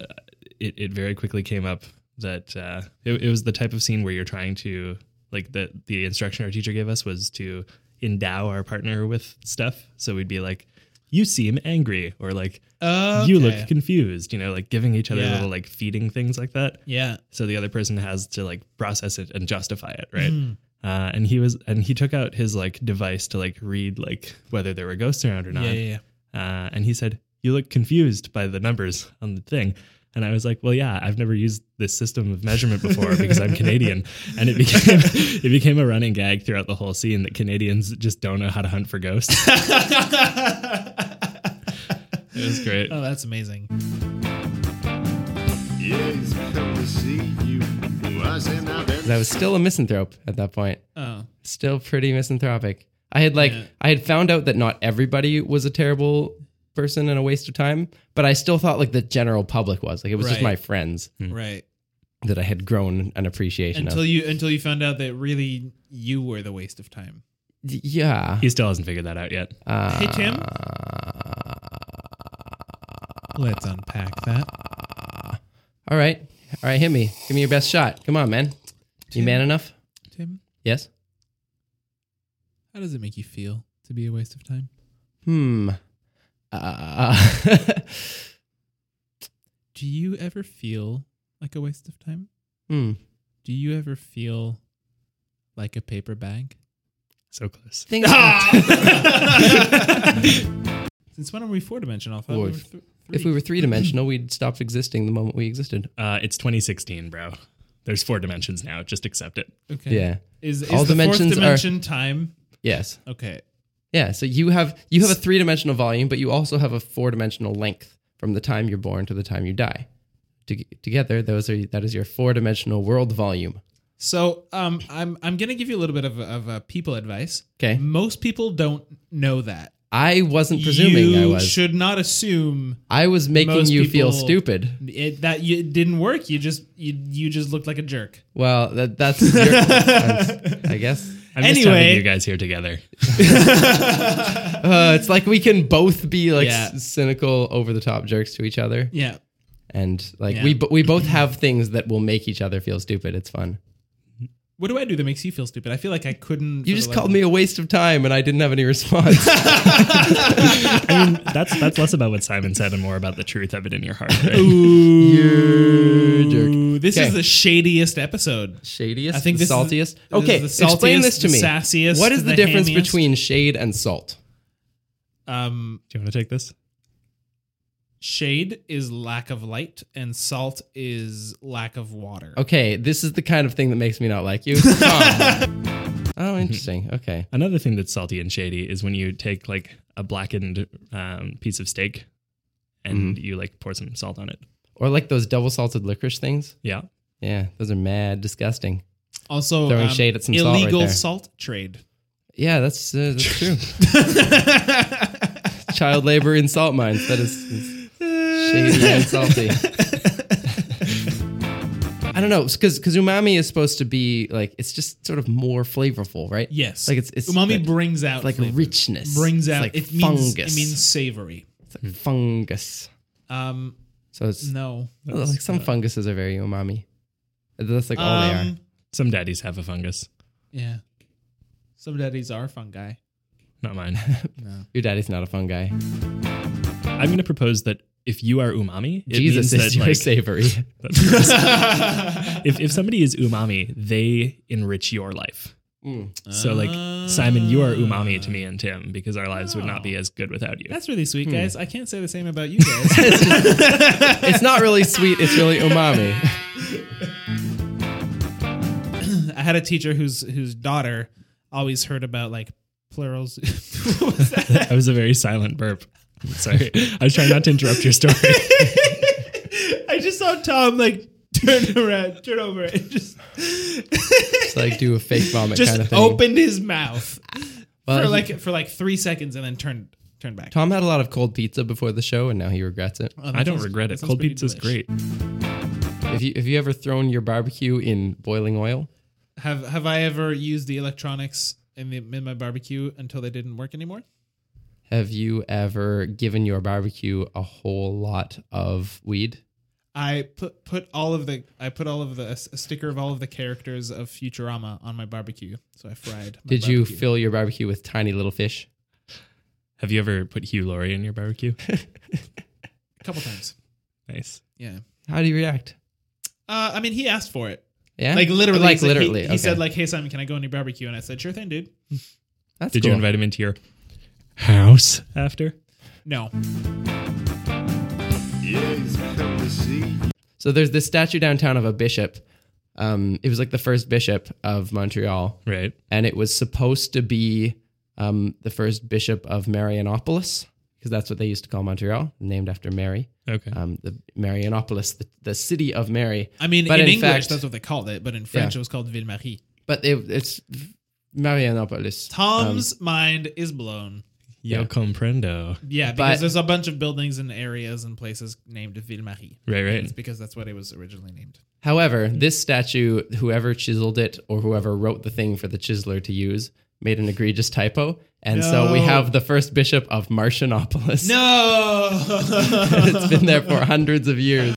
Speaker 1: it it very quickly came up that uh, it, it was the type of scene where you're trying to like the the instruction our teacher gave us was to endow our partner with stuff. So we'd be like, "You seem angry," or like,
Speaker 4: Okay.
Speaker 1: "You look confused," you know, like giving each other
Speaker 4: Yeah.
Speaker 1: little like feeding things like that
Speaker 4: Yeah.
Speaker 1: so the other person has to like process it and justify it right
Speaker 4: Hmm.
Speaker 1: uh, and he was and he took out his like device to like read like whether there were ghosts around or
Speaker 4: Yeah,
Speaker 1: not
Speaker 4: yeah, yeah.
Speaker 1: Uh, and he said you look confused by the numbers on the thing and i was like well yeah i've never used this system of measurement before because
Speaker 4: *laughs*
Speaker 1: i'm canadian and it became *laughs* it became a running gag throughout the whole scene that canadians just don't know how to hunt for
Speaker 4: *laughs*
Speaker 1: ghosts it was great
Speaker 4: Oh, that's amazing.
Speaker 2: Yes, come to see you. Was in our bed.
Speaker 3: 'Cause I was still a misanthrope at that point.
Speaker 4: Oh.
Speaker 3: Still pretty misanthropic. I had like
Speaker 4: Yeah.
Speaker 3: I had found out that not everybody was a terrible person and a waste of time, but I still thought like the general public was. Like it was just
Speaker 4: Right.
Speaker 3: my friends
Speaker 4: Right.
Speaker 3: that I had grown an appreciation
Speaker 4: Until
Speaker 3: of.
Speaker 4: you until you found out that really you were the waste of time.
Speaker 3: D- yeah. uh,
Speaker 1: he still hasn't figured that out yet
Speaker 4: Hey Tim. Let's unpack that.
Speaker 3: All right. All right, hit me. Give me your best shot. Come on, man. You man enough?
Speaker 4: Tim,
Speaker 3: Yes.
Speaker 4: how does it make you feel to be a waste of time?
Speaker 3: Hmm. Uh, *laughs*
Speaker 4: Do you ever feel like a waste of time?
Speaker 3: hmm.
Speaker 4: Do you ever feel like a paper *laughs* bag?
Speaker 1: so close
Speaker 3: Things
Speaker 4: Ah! Since when are we four dimensional? I thought
Speaker 3: Or
Speaker 4: we were
Speaker 3: if-
Speaker 4: th-
Speaker 3: *laughs* if
Speaker 4: three.
Speaker 3: we were three dimensional, we'd stop existing the moment we existed.
Speaker 1: uh, it's 2016 bro there's four dimensions now just accept it
Speaker 4: okay.
Speaker 3: Yeah.
Speaker 4: Is, is
Speaker 3: All
Speaker 4: the
Speaker 3: dimensions
Speaker 4: fourth
Speaker 3: are-
Speaker 4: dimension time?
Speaker 3: Yes.
Speaker 4: Okay.
Speaker 3: Yeah. So you have you have a three dimensional volume, but you also have a four dimensional length from the time you're born to the time you die. To- together, those are that is your four dimensional world volume.
Speaker 4: So um, I'm I'm gonna give you a little bit of of uh, people advice.
Speaker 3: 'Kay.
Speaker 4: Most people don't know that.
Speaker 3: I wasn't presuming
Speaker 4: you
Speaker 3: I was.
Speaker 4: should not assume
Speaker 3: I was making
Speaker 4: Most
Speaker 3: you feel
Speaker 4: people-
Speaker 3: stupid.
Speaker 4: it, that you, it didn't work. You just you you just looked like a jerk.
Speaker 3: Well, that that's your, I guess.
Speaker 1: I'm just
Speaker 4: Anyway.
Speaker 1: having you guys here together.
Speaker 3: Uh, it's like we can both be like
Speaker 4: Yeah.
Speaker 3: s- cynical, over the top jerks to each other,
Speaker 4: Yeah.
Speaker 3: and like
Speaker 4: Yeah.
Speaker 3: we bo- we both have things that will make each other feel stupid. It's fun.
Speaker 4: What do I do that makes you feel stupid? I feel like I couldn't.
Speaker 3: You
Speaker 4: for the
Speaker 3: just
Speaker 4: life
Speaker 3: called
Speaker 4: of
Speaker 3: me a waste of time, and I didn't have any response.
Speaker 1: I mean, that's that's less about what Simon said and more about the truth of it in your heart. Right? *laughs*
Speaker 4: Ooh, this
Speaker 3: Okay.
Speaker 4: is the shadiest episode.
Speaker 3: Shadiest,
Speaker 4: I think
Speaker 3: the
Speaker 4: this is-
Speaker 3: saltiest.
Speaker 4: this is
Speaker 3: okay,
Speaker 4: the
Speaker 3: explain
Speaker 4: saltiest,
Speaker 3: this to
Speaker 4: the
Speaker 3: me.
Speaker 4: sassiest,
Speaker 3: what is the,
Speaker 4: the
Speaker 3: difference
Speaker 4: hammiest.
Speaker 3: between shade and salt?
Speaker 4: Um,
Speaker 1: Do you want to take this?
Speaker 4: shade is lack of light, and salt is lack of water.
Speaker 3: Okay, this is the kind of thing that makes me not like you. Huh. oh, interesting. Okay,
Speaker 1: Another thing that's salty and shady is when you take like a blackened um, piece of steak and you like pour some salt on it.
Speaker 3: or like those double salted licorice things.
Speaker 1: Yeah,
Speaker 3: Yeah, those are mad disgusting.
Speaker 4: Also,
Speaker 3: Throwing
Speaker 4: um,
Speaker 3: shade at some salt right
Speaker 4: illegal
Speaker 3: there.
Speaker 4: salt trade.
Speaker 3: Yeah, that's uh, that's
Speaker 4: *laughs*
Speaker 3: true. Child labor in salt mines. That is, is
Speaker 4: *laughs*
Speaker 3: shady and salty. I don't know, because because umami is supposed to be like it's just sort of more flavorful, right?
Speaker 4: Yes,
Speaker 3: Like it's it's
Speaker 4: umami
Speaker 3: like,
Speaker 4: brings out
Speaker 3: like
Speaker 4: flavor.
Speaker 3: richness.
Speaker 4: brings
Speaker 3: It's
Speaker 4: out
Speaker 3: like
Speaker 4: it
Speaker 3: fungus.
Speaker 4: means it means savory.
Speaker 3: It's like fungus.
Speaker 4: Um,
Speaker 3: So it's
Speaker 4: no,
Speaker 3: well, like some funguses are very umami. That's like all they are.
Speaker 4: Um,
Speaker 1: some daddies have a fungus,
Speaker 4: Yeah, some daddies are fungi.
Speaker 1: not mine. *laughs*
Speaker 3: Your daddy's not a fungi.
Speaker 1: I'm going to propose that if you are umami, it
Speaker 3: Jesus
Speaker 1: means
Speaker 3: is
Speaker 1: that
Speaker 3: your
Speaker 1: like
Speaker 3: savory.
Speaker 1: *laughs* if if somebody is umami, they enrich your life.
Speaker 4: Hmm.
Speaker 3: Mm.
Speaker 1: So like Simon, you are umami to
Speaker 4: Ah.
Speaker 1: me and Tim because our lives would not
Speaker 4: Oh.
Speaker 1: be as good without you.
Speaker 4: That's really
Speaker 3: Hmm.
Speaker 4: sweet, guys. I can't say the same about you guys.
Speaker 3: *laughs* it's not really sweet. It's really umami.
Speaker 4: had a teacher whose whose daughter always heard about like plurals. *laughs* what was that?
Speaker 1: That was a very silent burp. I'm Sorry, I was trying not to interrupt your
Speaker 4: *laughs*
Speaker 1: story.
Speaker 4: I just saw Tom like turn *laughs* around, turn over, and just *laughs*
Speaker 3: It's like do a fake vomit
Speaker 4: just
Speaker 3: kind of thing.
Speaker 4: opened his mouth
Speaker 3: Well,
Speaker 4: for
Speaker 3: he-
Speaker 4: like for like three seconds and then turned turned back.
Speaker 3: Tom had a lot of cold pizza before the show, and now he regrets it.
Speaker 4: Oh, that
Speaker 1: I don't
Speaker 4: sounds-
Speaker 1: regret
Speaker 4: that
Speaker 1: it.
Speaker 4: sounds
Speaker 1: Cold
Speaker 4: pretty
Speaker 1: pizza's
Speaker 4: delish.
Speaker 1: great.
Speaker 3: Have you have you ever thrown your barbecue in boiling oil?
Speaker 4: Have Have I ever used the electronics in the, in my barbecue until they didn't work anymore?
Speaker 3: Have you ever given your barbecue a whole lot of weed?
Speaker 4: I put put all of the I put all of the a sticker of all of the characters of Futurama on my barbecue, so I fried. My
Speaker 3: Did you
Speaker 4: barbecue.
Speaker 3: fill your barbecue with tiny little fish?
Speaker 1: Have you ever put Hugh Laurie in your
Speaker 4: *laughs*
Speaker 1: barbecue?
Speaker 4: a couple times?
Speaker 1: Nice.
Speaker 4: Yeah.
Speaker 3: How do you react?
Speaker 4: Uh, I mean, he asked for it.
Speaker 3: Yeah,
Speaker 4: Like literally,
Speaker 3: like
Speaker 4: he-
Speaker 3: literally.
Speaker 4: He,
Speaker 3: okay.
Speaker 4: said like, "Hey Simon, can I go on your barbecue?" And I said, "Sure thing, dude."
Speaker 3: That's
Speaker 1: Did you
Speaker 3: cool.
Speaker 1: invite him into your house after?
Speaker 4: No,
Speaker 2: Yes, come to see
Speaker 3: So there's this statue downtown of a bishop. Um, it was like the first bishop of Montreal,
Speaker 1: Right.
Speaker 3: and it was supposed to be um, the first bishop of Marianopolis because that's what they used to call Montreal, named after Mary.
Speaker 1: Okay.
Speaker 4: Uh,
Speaker 3: Um, the Marianopolis, the, the city of Mary.
Speaker 4: I mean
Speaker 3: But
Speaker 4: in,
Speaker 3: in
Speaker 4: English
Speaker 3: fact-
Speaker 4: that's what they called it, but in French
Speaker 3: Yeah.
Speaker 4: it was called Ville Marie.
Speaker 3: But it, it's Marianopolis. Um,
Speaker 4: Tom's mind is blown.
Speaker 1: Yo comprendo.
Speaker 4: Yeah, because
Speaker 3: but-
Speaker 4: there's a bunch of buildings and areas and places named Ville Marie.
Speaker 1: Right, right.
Speaker 4: It's because that's what it was originally named.
Speaker 3: However, this statue, whoever chiseled it or whoever wrote the thing for the chiseler to use, made an egregious typo. And so we
Speaker 4: No.
Speaker 3: have the first bishop of Martianopolis. *laughs* it's
Speaker 4: No. *laughs*
Speaker 3: been there for hundreds of years.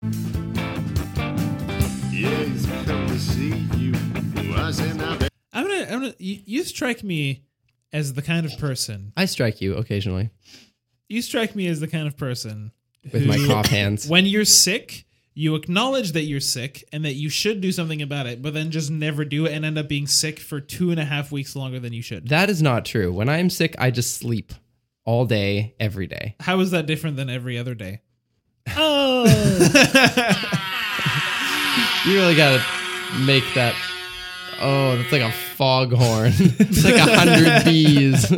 Speaker 2: Yes, come to see you. Was in our bed.
Speaker 4: I'm gonna. I'm gonna. You, you strike me as the kind of person.
Speaker 3: I strike you occasionally
Speaker 4: You strike me as the kind of person
Speaker 3: with my
Speaker 4: who-
Speaker 3: cough hands.
Speaker 4: When you're sick, you acknowledge that you're sick and that you should do something about it, but then just never do it and end up being sick for two and a half weeks longer than you should.
Speaker 3: That is not true. When I'm sick, I just sleep all day, every day.
Speaker 4: How is that different than every other day?
Speaker 3: You really gotta make that. Oh, that's like a foghorn. *laughs* it's like a hundred bees.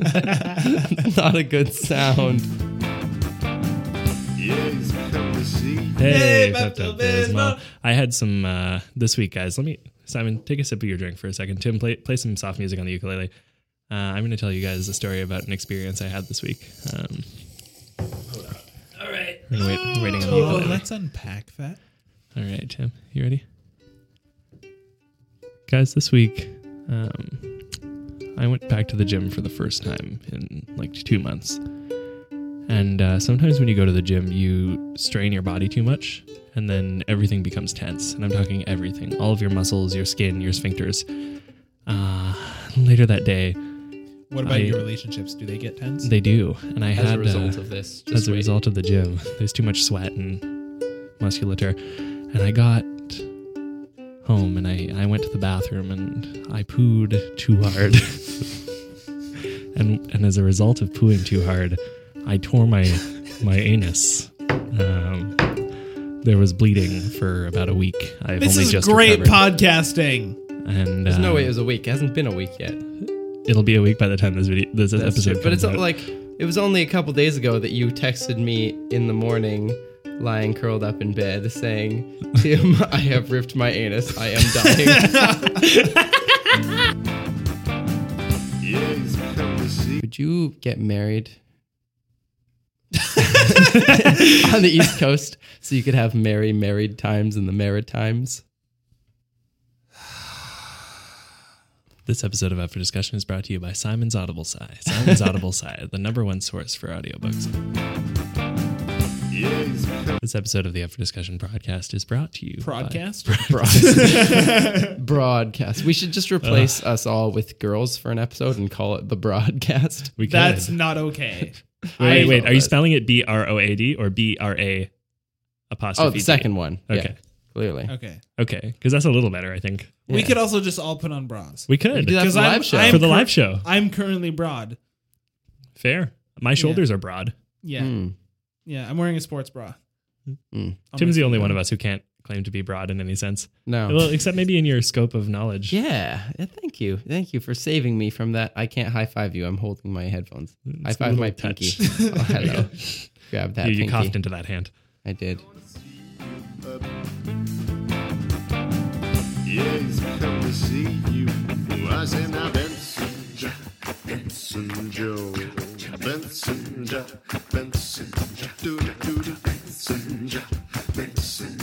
Speaker 3: *laughs* not a good sound.
Speaker 2: Yes, come to see.
Speaker 1: Hey,
Speaker 4: Hey,
Speaker 1: Pepto
Speaker 4: Pepto
Speaker 1: Bismol.
Speaker 4: Bismol.
Speaker 1: I had some uh, this week, guys. Let me, Simon, take a sip of your drink for a second. Tim, play, play some soft music on the ukulele. Uh, I'm going to tell you guys a story about an experience I had this week. Um, All right. Wait, waiting on the
Speaker 4: Oh,
Speaker 1: ukulele.
Speaker 4: let's unpack that.
Speaker 1: All right, Tim, you ready? Guys, this week, um, I went back to the gym for the first time in like two months. And uh, sometimes when you go to the gym, you strain your body too much, and then everything becomes tense. And I'm talking everything all of your muscles, your skin, your sphincters. Uh, later that day,
Speaker 4: What about
Speaker 1: I-
Speaker 4: your relationships? Do they get tense?
Speaker 1: they do. And I
Speaker 3: As
Speaker 1: had
Speaker 3: a result
Speaker 1: uh,
Speaker 3: of this, just
Speaker 1: as a
Speaker 3: wait.
Speaker 1: result of the gym. There's too much sweat and musculature. And I got home and I, I went to the bathroom and I pooed too hard. *laughs* and and as a result of pooing too hard, I tore my my anus. Um, there was bleeding for about a week. I've
Speaker 4: this
Speaker 1: only
Speaker 4: is
Speaker 1: just
Speaker 4: great
Speaker 1: recovered.
Speaker 4: podcasting.
Speaker 1: and
Speaker 3: There's no
Speaker 1: uh,
Speaker 3: way it was a week. It hasn't been a week yet.
Speaker 1: it'll be a week by the time this video this
Speaker 3: That's
Speaker 1: episode.
Speaker 3: true. But it's
Speaker 1: comes
Speaker 3: not
Speaker 1: out.
Speaker 3: like it was only a couple days ago that you texted me in the morning, lying curled up in bed, saying, "Tim, *laughs* I have ripped my anus. I am
Speaker 1: *laughs*
Speaker 3: dying.
Speaker 2: Yes, come to see.
Speaker 3: Would you get married *laughs* on the East Coast so you could have merry married times in the married times?"
Speaker 1: This episode of After Discussion is brought to you by Simon's Audible Sigh.
Speaker 4: *laughs*
Speaker 1: Simon's Audible Sigh, the number one source for audiobooks.
Speaker 2: Yes, come
Speaker 1: This episode of the After Discussion podcast is brought to you. by- *laughs*
Speaker 4: Broadcast.
Speaker 3: Broadcast. We should just replace us all with girls for an episode and call it the broadcast.
Speaker 1: we could.
Speaker 4: That's not okay.
Speaker 1: wait, wait. Are you
Speaker 3: that.
Speaker 1: spelling it B R O A D or B R A apostrophe?
Speaker 3: Oh, the
Speaker 1: D?
Speaker 3: second one.
Speaker 1: Okay.
Speaker 3: Yeah, clearly.
Speaker 4: Okay.
Speaker 1: Okay, because that's a little better, I think.
Speaker 4: We
Speaker 3: Yeah.
Speaker 4: could also just all put on bras.
Speaker 1: We could
Speaker 3: do that for the
Speaker 4: I'm-
Speaker 3: live show.
Speaker 4: I'm
Speaker 1: for the
Speaker 4: cur-
Speaker 1: live show.
Speaker 4: I'm currently broad.
Speaker 1: Fair. My shoulders are broad.
Speaker 4: Yeah.
Speaker 3: Mm.
Speaker 1: Hmm.
Speaker 4: Yeah. I'm wearing a sports bra.
Speaker 3: Mm.
Speaker 4: On
Speaker 1: Tim's
Speaker 4: my
Speaker 1: the only
Speaker 4: finger.
Speaker 1: one of us who can't claim to be broad in any sense.
Speaker 3: No.
Speaker 1: Well, except maybe in your scope of knowledge.
Speaker 3: Oh. yeah. yeah, Thank you. Thank you for saving me from that. I can't high five you. I'm holding my headphones. high
Speaker 1: a
Speaker 3: five my
Speaker 1: little touch.
Speaker 3: pinky. Oh, hello.
Speaker 1: *laughs*
Speaker 3: Grab that
Speaker 1: You, you
Speaker 3: pinky.
Speaker 1: coughed into that hand.
Speaker 3: I did.
Speaker 2: Yes, come to see you. Was in a Benson, Ja- Benson Joe, Benson, Ja- Benson, Ja- Doo-doo-doo-doo, Benson, Ja- Benson,